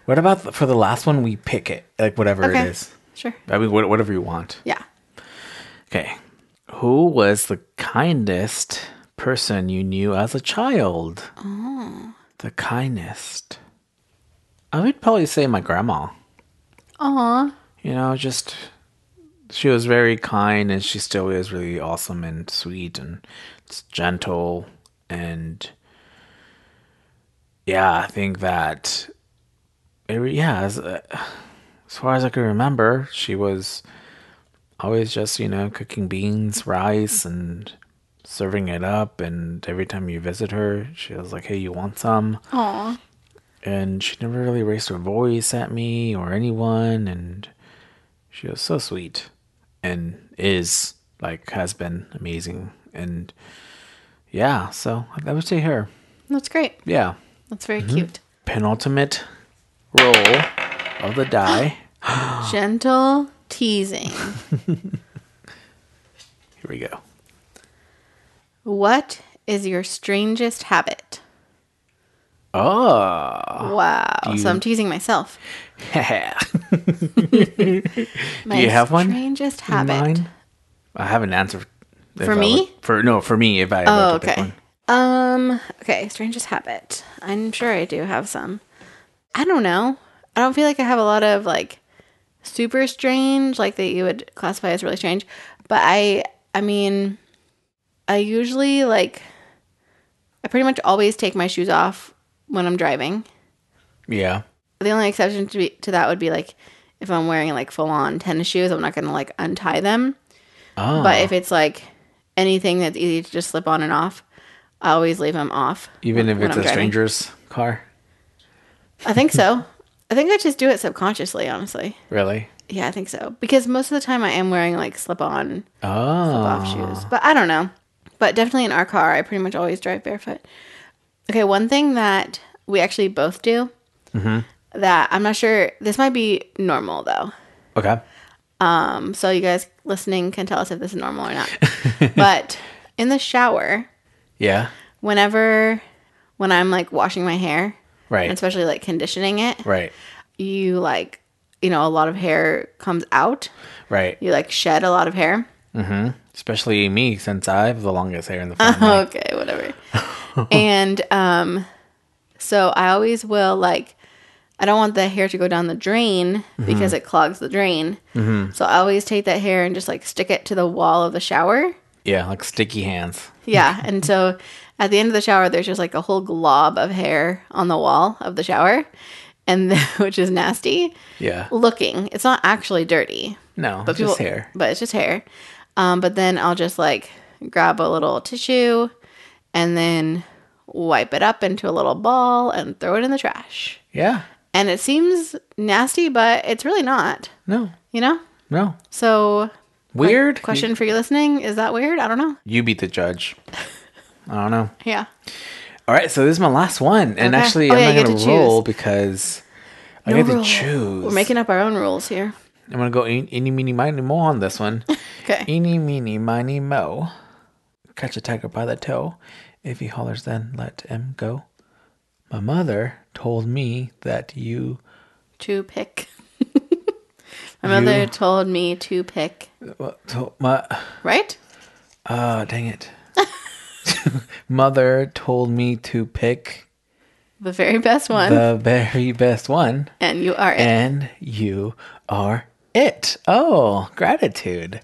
[SPEAKER 2] What about th- for the last one? We pick it, like whatever
[SPEAKER 1] Okay.
[SPEAKER 2] it is.
[SPEAKER 1] Sure.
[SPEAKER 2] I mean, wha- whatever you want.
[SPEAKER 1] Yeah.
[SPEAKER 2] Okay, who was the kindest person you knew as a child? The kindest. I would probably say my grandma.
[SPEAKER 1] Aw.
[SPEAKER 2] you know, just she was very kind and she still is really awesome and sweet and s- gentle and yeah, I think that it, re- yeah, as, uh, as far as I can remember, she was always just you know cooking beans, rice, and serving it up. And every time you visit her, she was like, "Hey, you want some?"
[SPEAKER 1] Aw.
[SPEAKER 2] and she never really raised her voice at me or anyone and she was so sweet and is like has been amazing and yeah so i would say her
[SPEAKER 1] That's great.
[SPEAKER 2] yeah
[SPEAKER 1] That's very
[SPEAKER 2] Mm-hmm.
[SPEAKER 1] cute.
[SPEAKER 2] penultimate roll of the die
[SPEAKER 1] Gentle teasing.
[SPEAKER 2] here we go
[SPEAKER 1] What is your strangest habit?
[SPEAKER 2] oh
[SPEAKER 1] Wow. So I'm teasing myself. My
[SPEAKER 2] you have one
[SPEAKER 1] Strangest habit.
[SPEAKER 2] mine i have an answer if
[SPEAKER 1] For
[SPEAKER 2] I
[SPEAKER 1] me?
[SPEAKER 2] would- for no for me if i
[SPEAKER 1] Oh,
[SPEAKER 2] were to pick
[SPEAKER 1] okay.
[SPEAKER 2] one.
[SPEAKER 1] Um, okay, strangest habit. I'm sure I do have some. I don't know. I don't feel like I have a lot of like super strange, like that you would classify as really strange. But I I mean I usually like I pretty much always take my shoes off when I'm driving.
[SPEAKER 2] yeah
[SPEAKER 1] The only exception to, be, to that would be like if I'm wearing like full on tennis shoes, I'm not going to like untie them.
[SPEAKER 2] oh
[SPEAKER 1] But if it's like anything that's easy to just slip on and off, I always leave them off.
[SPEAKER 2] even if
[SPEAKER 1] when
[SPEAKER 2] it's
[SPEAKER 1] I'm
[SPEAKER 2] a
[SPEAKER 1] driving.
[SPEAKER 2] stranger's car
[SPEAKER 1] I think so. I think I just do it subconsciously, honestly.
[SPEAKER 2] really
[SPEAKER 1] Yeah, I think so. Because most of the time I am wearing like slip on,
[SPEAKER 2] Oh,
[SPEAKER 1] off shoes. But I don't know. But definitely in our car, I pretty much always drive barefoot. Okay, one thing that we actually both do that I'm not sure, this might be normal though.
[SPEAKER 2] okay.
[SPEAKER 1] Um, so you guys listening can tell us if this is normal or not. but in the shower,
[SPEAKER 2] Yeah,
[SPEAKER 1] whenever when I'm like washing my hair,
[SPEAKER 2] Right.
[SPEAKER 1] especially like conditioning it,
[SPEAKER 2] right,
[SPEAKER 1] you like you know a lot of hair comes out.
[SPEAKER 2] right.
[SPEAKER 1] You like shed a lot of hair.
[SPEAKER 2] Especially me, since I have the longest hair in the family.
[SPEAKER 1] okay, whatever. and um, so I always will like. I don't want the hair to go down the drain because it clogs the drain. So I always take that hair and just like stick it to the wall of the shower.
[SPEAKER 2] Yeah, like sticky hands.
[SPEAKER 1] Yeah. And so at the end of the shower, there's just like a whole glob of hair on the wall of the shower, and which is nasty
[SPEAKER 2] Yeah,
[SPEAKER 1] looking. It's not actually dirty,
[SPEAKER 2] no, just hair.
[SPEAKER 1] but it's just hair. Um, but then I'll just like grab a little tissue and then wipe it up into a little ball and throw it in the trash.
[SPEAKER 2] Yeah,
[SPEAKER 1] And it seems nasty, but it's really not,
[SPEAKER 2] no,
[SPEAKER 1] you know?
[SPEAKER 2] no.
[SPEAKER 1] So,
[SPEAKER 2] Weird
[SPEAKER 1] question for you listening is that weird? I don't know.
[SPEAKER 2] You, you be the judge. I don't know.
[SPEAKER 1] Yeah.
[SPEAKER 2] All right, so this is my last one, and
[SPEAKER 1] Okay.
[SPEAKER 2] actually,
[SPEAKER 1] Oh,
[SPEAKER 2] I'm
[SPEAKER 1] yeah, you
[SPEAKER 2] not
[SPEAKER 1] get
[SPEAKER 2] gonna
[SPEAKER 1] to
[SPEAKER 2] roll because I
[SPEAKER 1] No
[SPEAKER 2] get to
[SPEAKER 1] rule.
[SPEAKER 2] choose.
[SPEAKER 1] We're making up our own rules here.
[SPEAKER 2] I'm gonna go any, any meeny, miny, mo on this one.
[SPEAKER 1] Okay.
[SPEAKER 2] Eeny, meeny, miny, mo. Catch a tiger by the toe. If he hollers, then let him go. My mother told me that you.
[SPEAKER 1] To pick. My mother
[SPEAKER 2] You-
[SPEAKER 1] told me to pick.
[SPEAKER 2] well, uh, to- My,
[SPEAKER 1] Right?
[SPEAKER 2] oh, dang it. mother told me to pick
[SPEAKER 1] The very best one.
[SPEAKER 2] the very best one,
[SPEAKER 1] and you are it.
[SPEAKER 2] and you are it. Oh, gratitude.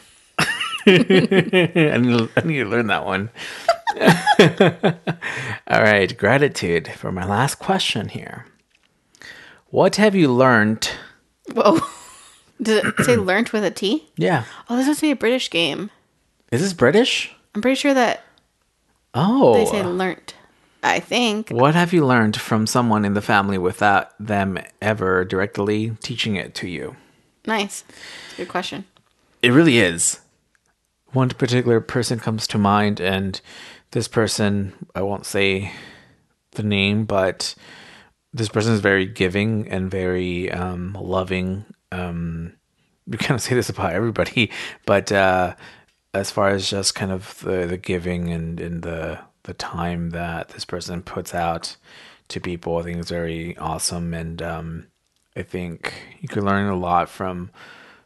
[SPEAKER 2] I, need to, I need to learn that one. All right, gratitude for my last question here. What have you learned?
[SPEAKER 1] Whoa. Did it say learnt with a T?
[SPEAKER 2] Yeah.
[SPEAKER 1] Oh, this must be a British game.
[SPEAKER 2] Is this British?
[SPEAKER 1] I'm pretty sure that
[SPEAKER 2] Oh.
[SPEAKER 1] they say learnt. I think.
[SPEAKER 2] What have you learned from someone in the family without them ever directly teaching it to you?
[SPEAKER 1] Nice. Good question.
[SPEAKER 2] It really is. One particular person comes to mind, and this person, I won't say the name, but this person is very giving and very um, loving. Um, you kind of say this about everybody, but uh, as far as just kind of the, the giving and, and the the time that this person puts out to people, I think is very awesome, and um, I think you can learn a lot from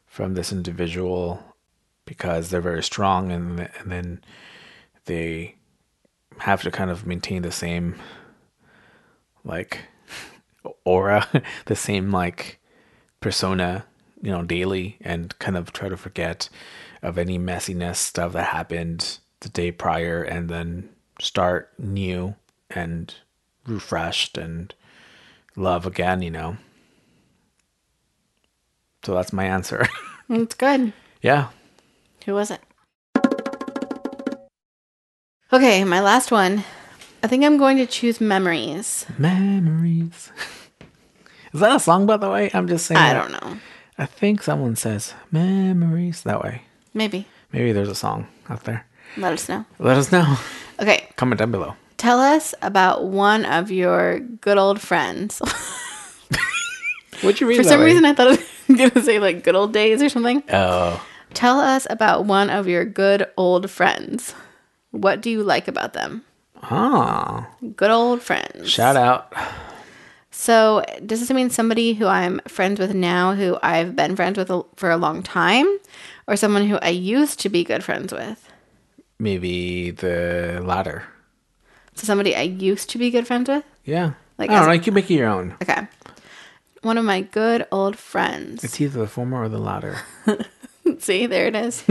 [SPEAKER 2] from this individual because they're very strong, and th- and then they have to kind of maintain the same like aura, the same like persona, you know, daily and kind of try to forget of any messiness stuff that happened the day prior and then start new and refreshed and love again, you know. So that's my answer.
[SPEAKER 1] It's good.
[SPEAKER 2] yeah.
[SPEAKER 1] Who was it? Okay, my last one. I think I'm going to choose memories.
[SPEAKER 2] Memories. Is that a song, by the way? I'm just saying.
[SPEAKER 1] I
[SPEAKER 2] that.
[SPEAKER 1] don't know.
[SPEAKER 2] I think someone says memories that way.
[SPEAKER 1] Maybe.
[SPEAKER 2] Maybe there's a song out there.
[SPEAKER 1] Let us know.
[SPEAKER 2] Let us know.
[SPEAKER 1] Okay,
[SPEAKER 2] Comment down below.
[SPEAKER 1] tell us about one of your good old friends.
[SPEAKER 2] What'd you read?
[SPEAKER 1] For some reason, I thought I was going to say like good old days or something.
[SPEAKER 2] oh,
[SPEAKER 1] Tell us about one of your good old friends. What do you like about them?
[SPEAKER 2] oh,
[SPEAKER 1] Good old friends.
[SPEAKER 2] shout out.
[SPEAKER 1] So, does this mean somebody who I'm friends with now, who I've been friends with a- for a long time, or someone who I used to be good friends with?
[SPEAKER 2] Maybe the latter.
[SPEAKER 1] So, somebody I used to be good friends with?
[SPEAKER 2] Yeah.
[SPEAKER 1] Like
[SPEAKER 2] I don't
[SPEAKER 1] as-
[SPEAKER 2] know. You can make it your own.
[SPEAKER 1] Okay. One of my good old friends.
[SPEAKER 2] It's either the former or the latter.
[SPEAKER 1] See, there it is.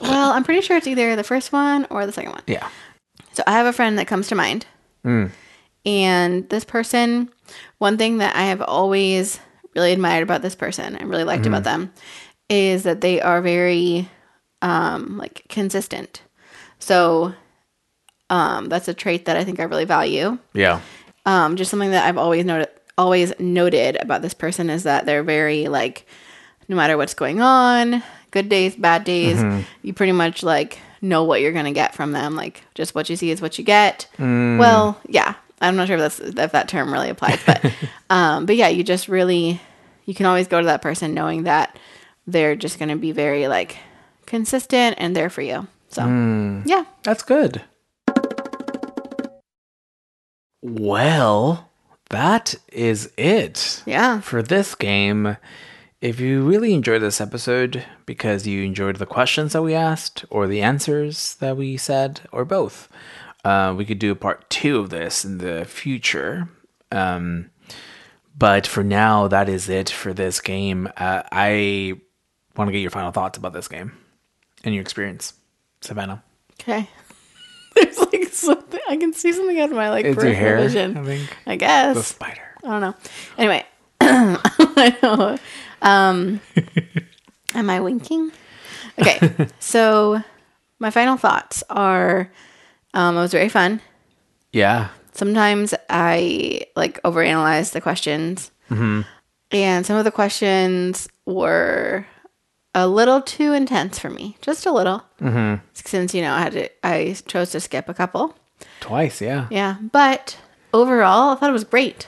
[SPEAKER 1] well, I'm pretty sure it's either the first one or the second one.
[SPEAKER 2] Yeah.
[SPEAKER 1] So I have a friend that comes to mind. And this person, one thing that I have always really admired about this person and really liked about them is that they are very um like consistent. So um that's a trait that I think I really value.
[SPEAKER 2] Yeah.
[SPEAKER 1] Um just something that I've always noted always noted about this person is that they're very like no matter what's going on, good days, bad days, you pretty much like know what you're gonna get from them. Like just what you see is what you get. Well, yeah, I'm not sure if that's if that term really applies, but um, but yeah, you just really you can always go to that person knowing that they're just gonna be very like consistent and there for you. So
[SPEAKER 2] Mm.
[SPEAKER 1] yeah,
[SPEAKER 2] Hmm. That's good. Well, that is it.
[SPEAKER 1] yeah,
[SPEAKER 2] for this game. If you really enjoyed this episode because you enjoyed the questions that we asked, or the answers that we said, or both, uh, we could do a part two of this in the future. Um, but for now, that is it for this game. Uh, I want to get your final thoughts about this game and your experience, Savannah.
[SPEAKER 1] okay. There's like something I can see something out of my like peripheral vision.
[SPEAKER 2] I think.
[SPEAKER 1] I guess
[SPEAKER 2] The spider.
[SPEAKER 1] I don't know. Anyway, I know. Um, am I winking? Okay, so my final thoughts are: um, it was very fun.
[SPEAKER 2] Yeah.
[SPEAKER 1] Sometimes I like overanalyze the questions, and some of the questions were a little too intense for me, just a little. Mm-hmm. Since you know, I had to, I chose to skip a couple.
[SPEAKER 2] Twice. Yeah.
[SPEAKER 1] Yeah, but overall, I thought it was great.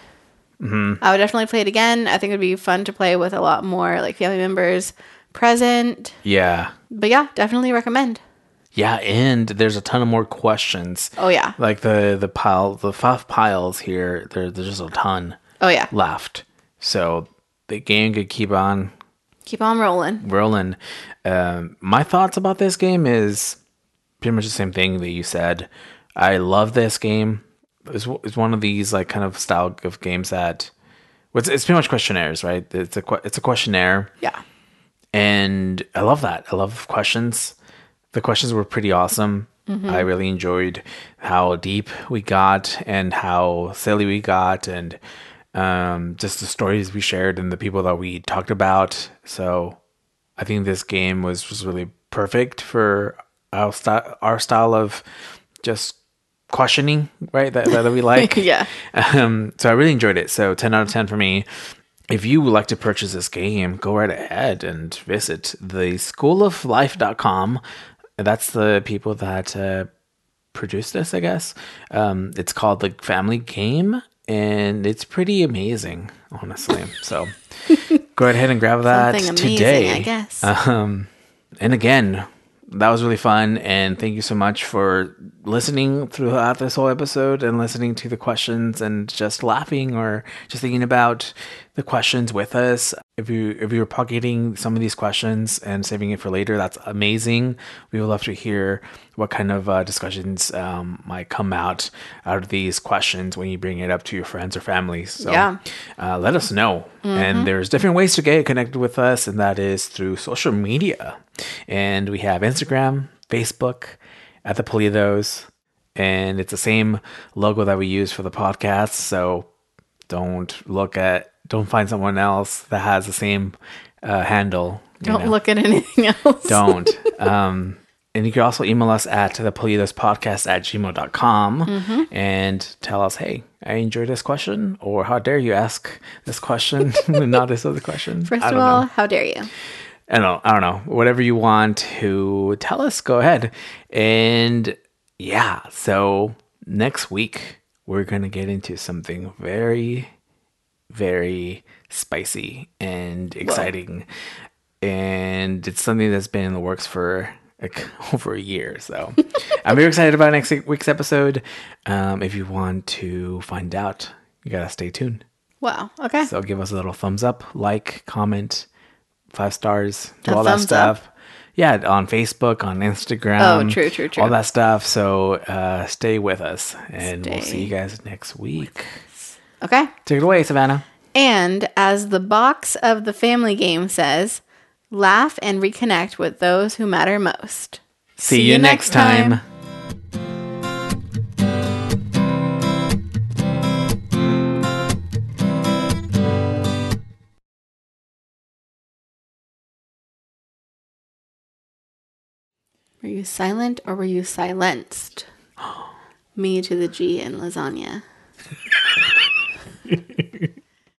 [SPEAKER 1] I would definitely play it again. I think it would be fun to play with a lot more like family members present.
[SPEAKER 2] Yeah.
[SPEAKER 1] But yeah, definitely recommend.
[SPEAKER 2] Yeah. And there's a ton of more questions.
[SPEAKER 1] Oh yeah,
[SPEAKER 2] like the the pile the five piles here there, there's just a ton
[SPEAKER 1] oh yeah.
[SPEAKER 2] left so the game could keep on
[SPEAKER 1] Keep on rolling.
[SPEAKER 2] rolling um, my thoughts about this game is pretty much the same thing that you said i love this game it's, w- it's one of these like kind of style of games that well, it's, it's pretty much questionnaires right it's a que- it's a questionnaire
[SPEAKER 1] Yeah,
[SPEAKER 2] and I love that. I love questions. The questions were pretty awesome. I really enjoyed how deep we got and how silly we got, and um, just the stories we shared and the people that we talked about. So I think this game was was really perfect for our style, our style of just questioning, right? That that we like.
[SPEAKER 1] Yeah.
[SPEAKER 2] Um, so I really enjoyed it. So 10 out of 10 for me. If you would like to purchase this game, go right ahead and visit the schooloflife.com. That's the people that uh, produced this, I guess. Um, it's called The Family Game, and it's pretty amazing, honestly. So go right ahead and grab that
[SPEAKER 1] Something amazing,
[SPEAKER 2] today.
[SPEAKER 1] I guess.
[SPEAKER 2] Um, and again, that was really fun. And thank you so much for listening throughout this whole episode and listening to the questions and just laughing or just thinking about the questions with us. If you if you were pocketing some of these questions and saving it for later, that's amazing. We would love to hear what kind of uh, discussions um, might come out out of these questions when you bring it up to your friends or families. So
[SPEAKER 1] Yeah.
[SPEAKER 2] uh, let us know. And there's different ways to get connected with us, and that is through social media. And we have Instagram, Facebook, at the Politos, and it's the same logo that we use for the podcast. So don't look at, don't find someone else that has the same uh, handle. you
[SPEAKER 1] Don't
[SPEAKER 2] know.
[SPEAKER 1] look at anything else.
[SPEAKER 2] Don't. um, and you can also email us at the podcast at gmail.com
[SPEAKER 1] Mm-hmm.
[SPEAKER 2] and tell us, hey, I enjoyed this question, or how dare you ask this question and not this other question.
[SPEAKER 1] First
[SPEAKER 2] I
[SPEAKER 1] of
[SPEAKER 2] don't
[SPEAKER 1] all,
[SPEAKER 2] know.
[SPEAKER 1] how dare you?
[SPEAKER 2] I don't know. I don't know. Whatever you want to tell us, go ahead. And yeah, so next week we're gonna get into something very, very spicy and exciting, and it's something that's been in the works for like over a year. So I'm very excited about next week's episode. Um, if you want to find out, you gotta stay tuned.
[SPEAKER 1] Wow. Okay.
[SPEAKER 2] So give us a little thumbs up, like, comment, five stars, do
[SPEAKER 1] A
[SPEAKER 2] all that
[SPEAKER 1] thumbs up?
[SPEAKER 2] stuff. Yeah, on Facebook, on Instagram.
[SPEAKER 1] Oh, true, true, true.
[SPEAKER 2] All that stuff. So uh, stay with us, and we'll see
[SPEAKER 1] Stay
[SPEAKER 2] you guys next week.
[SPEAKER 1] okay.
[SPEAKER 2] Take it away, Savannah.
[SPEAKER 1] And as the box of the family game says, laugh and reconnect with those who matter most.
[SPEAKER 2] See, you, next time.
[SPEAKER 1] Were you silent or were you silenced? Me to the G and lasagna.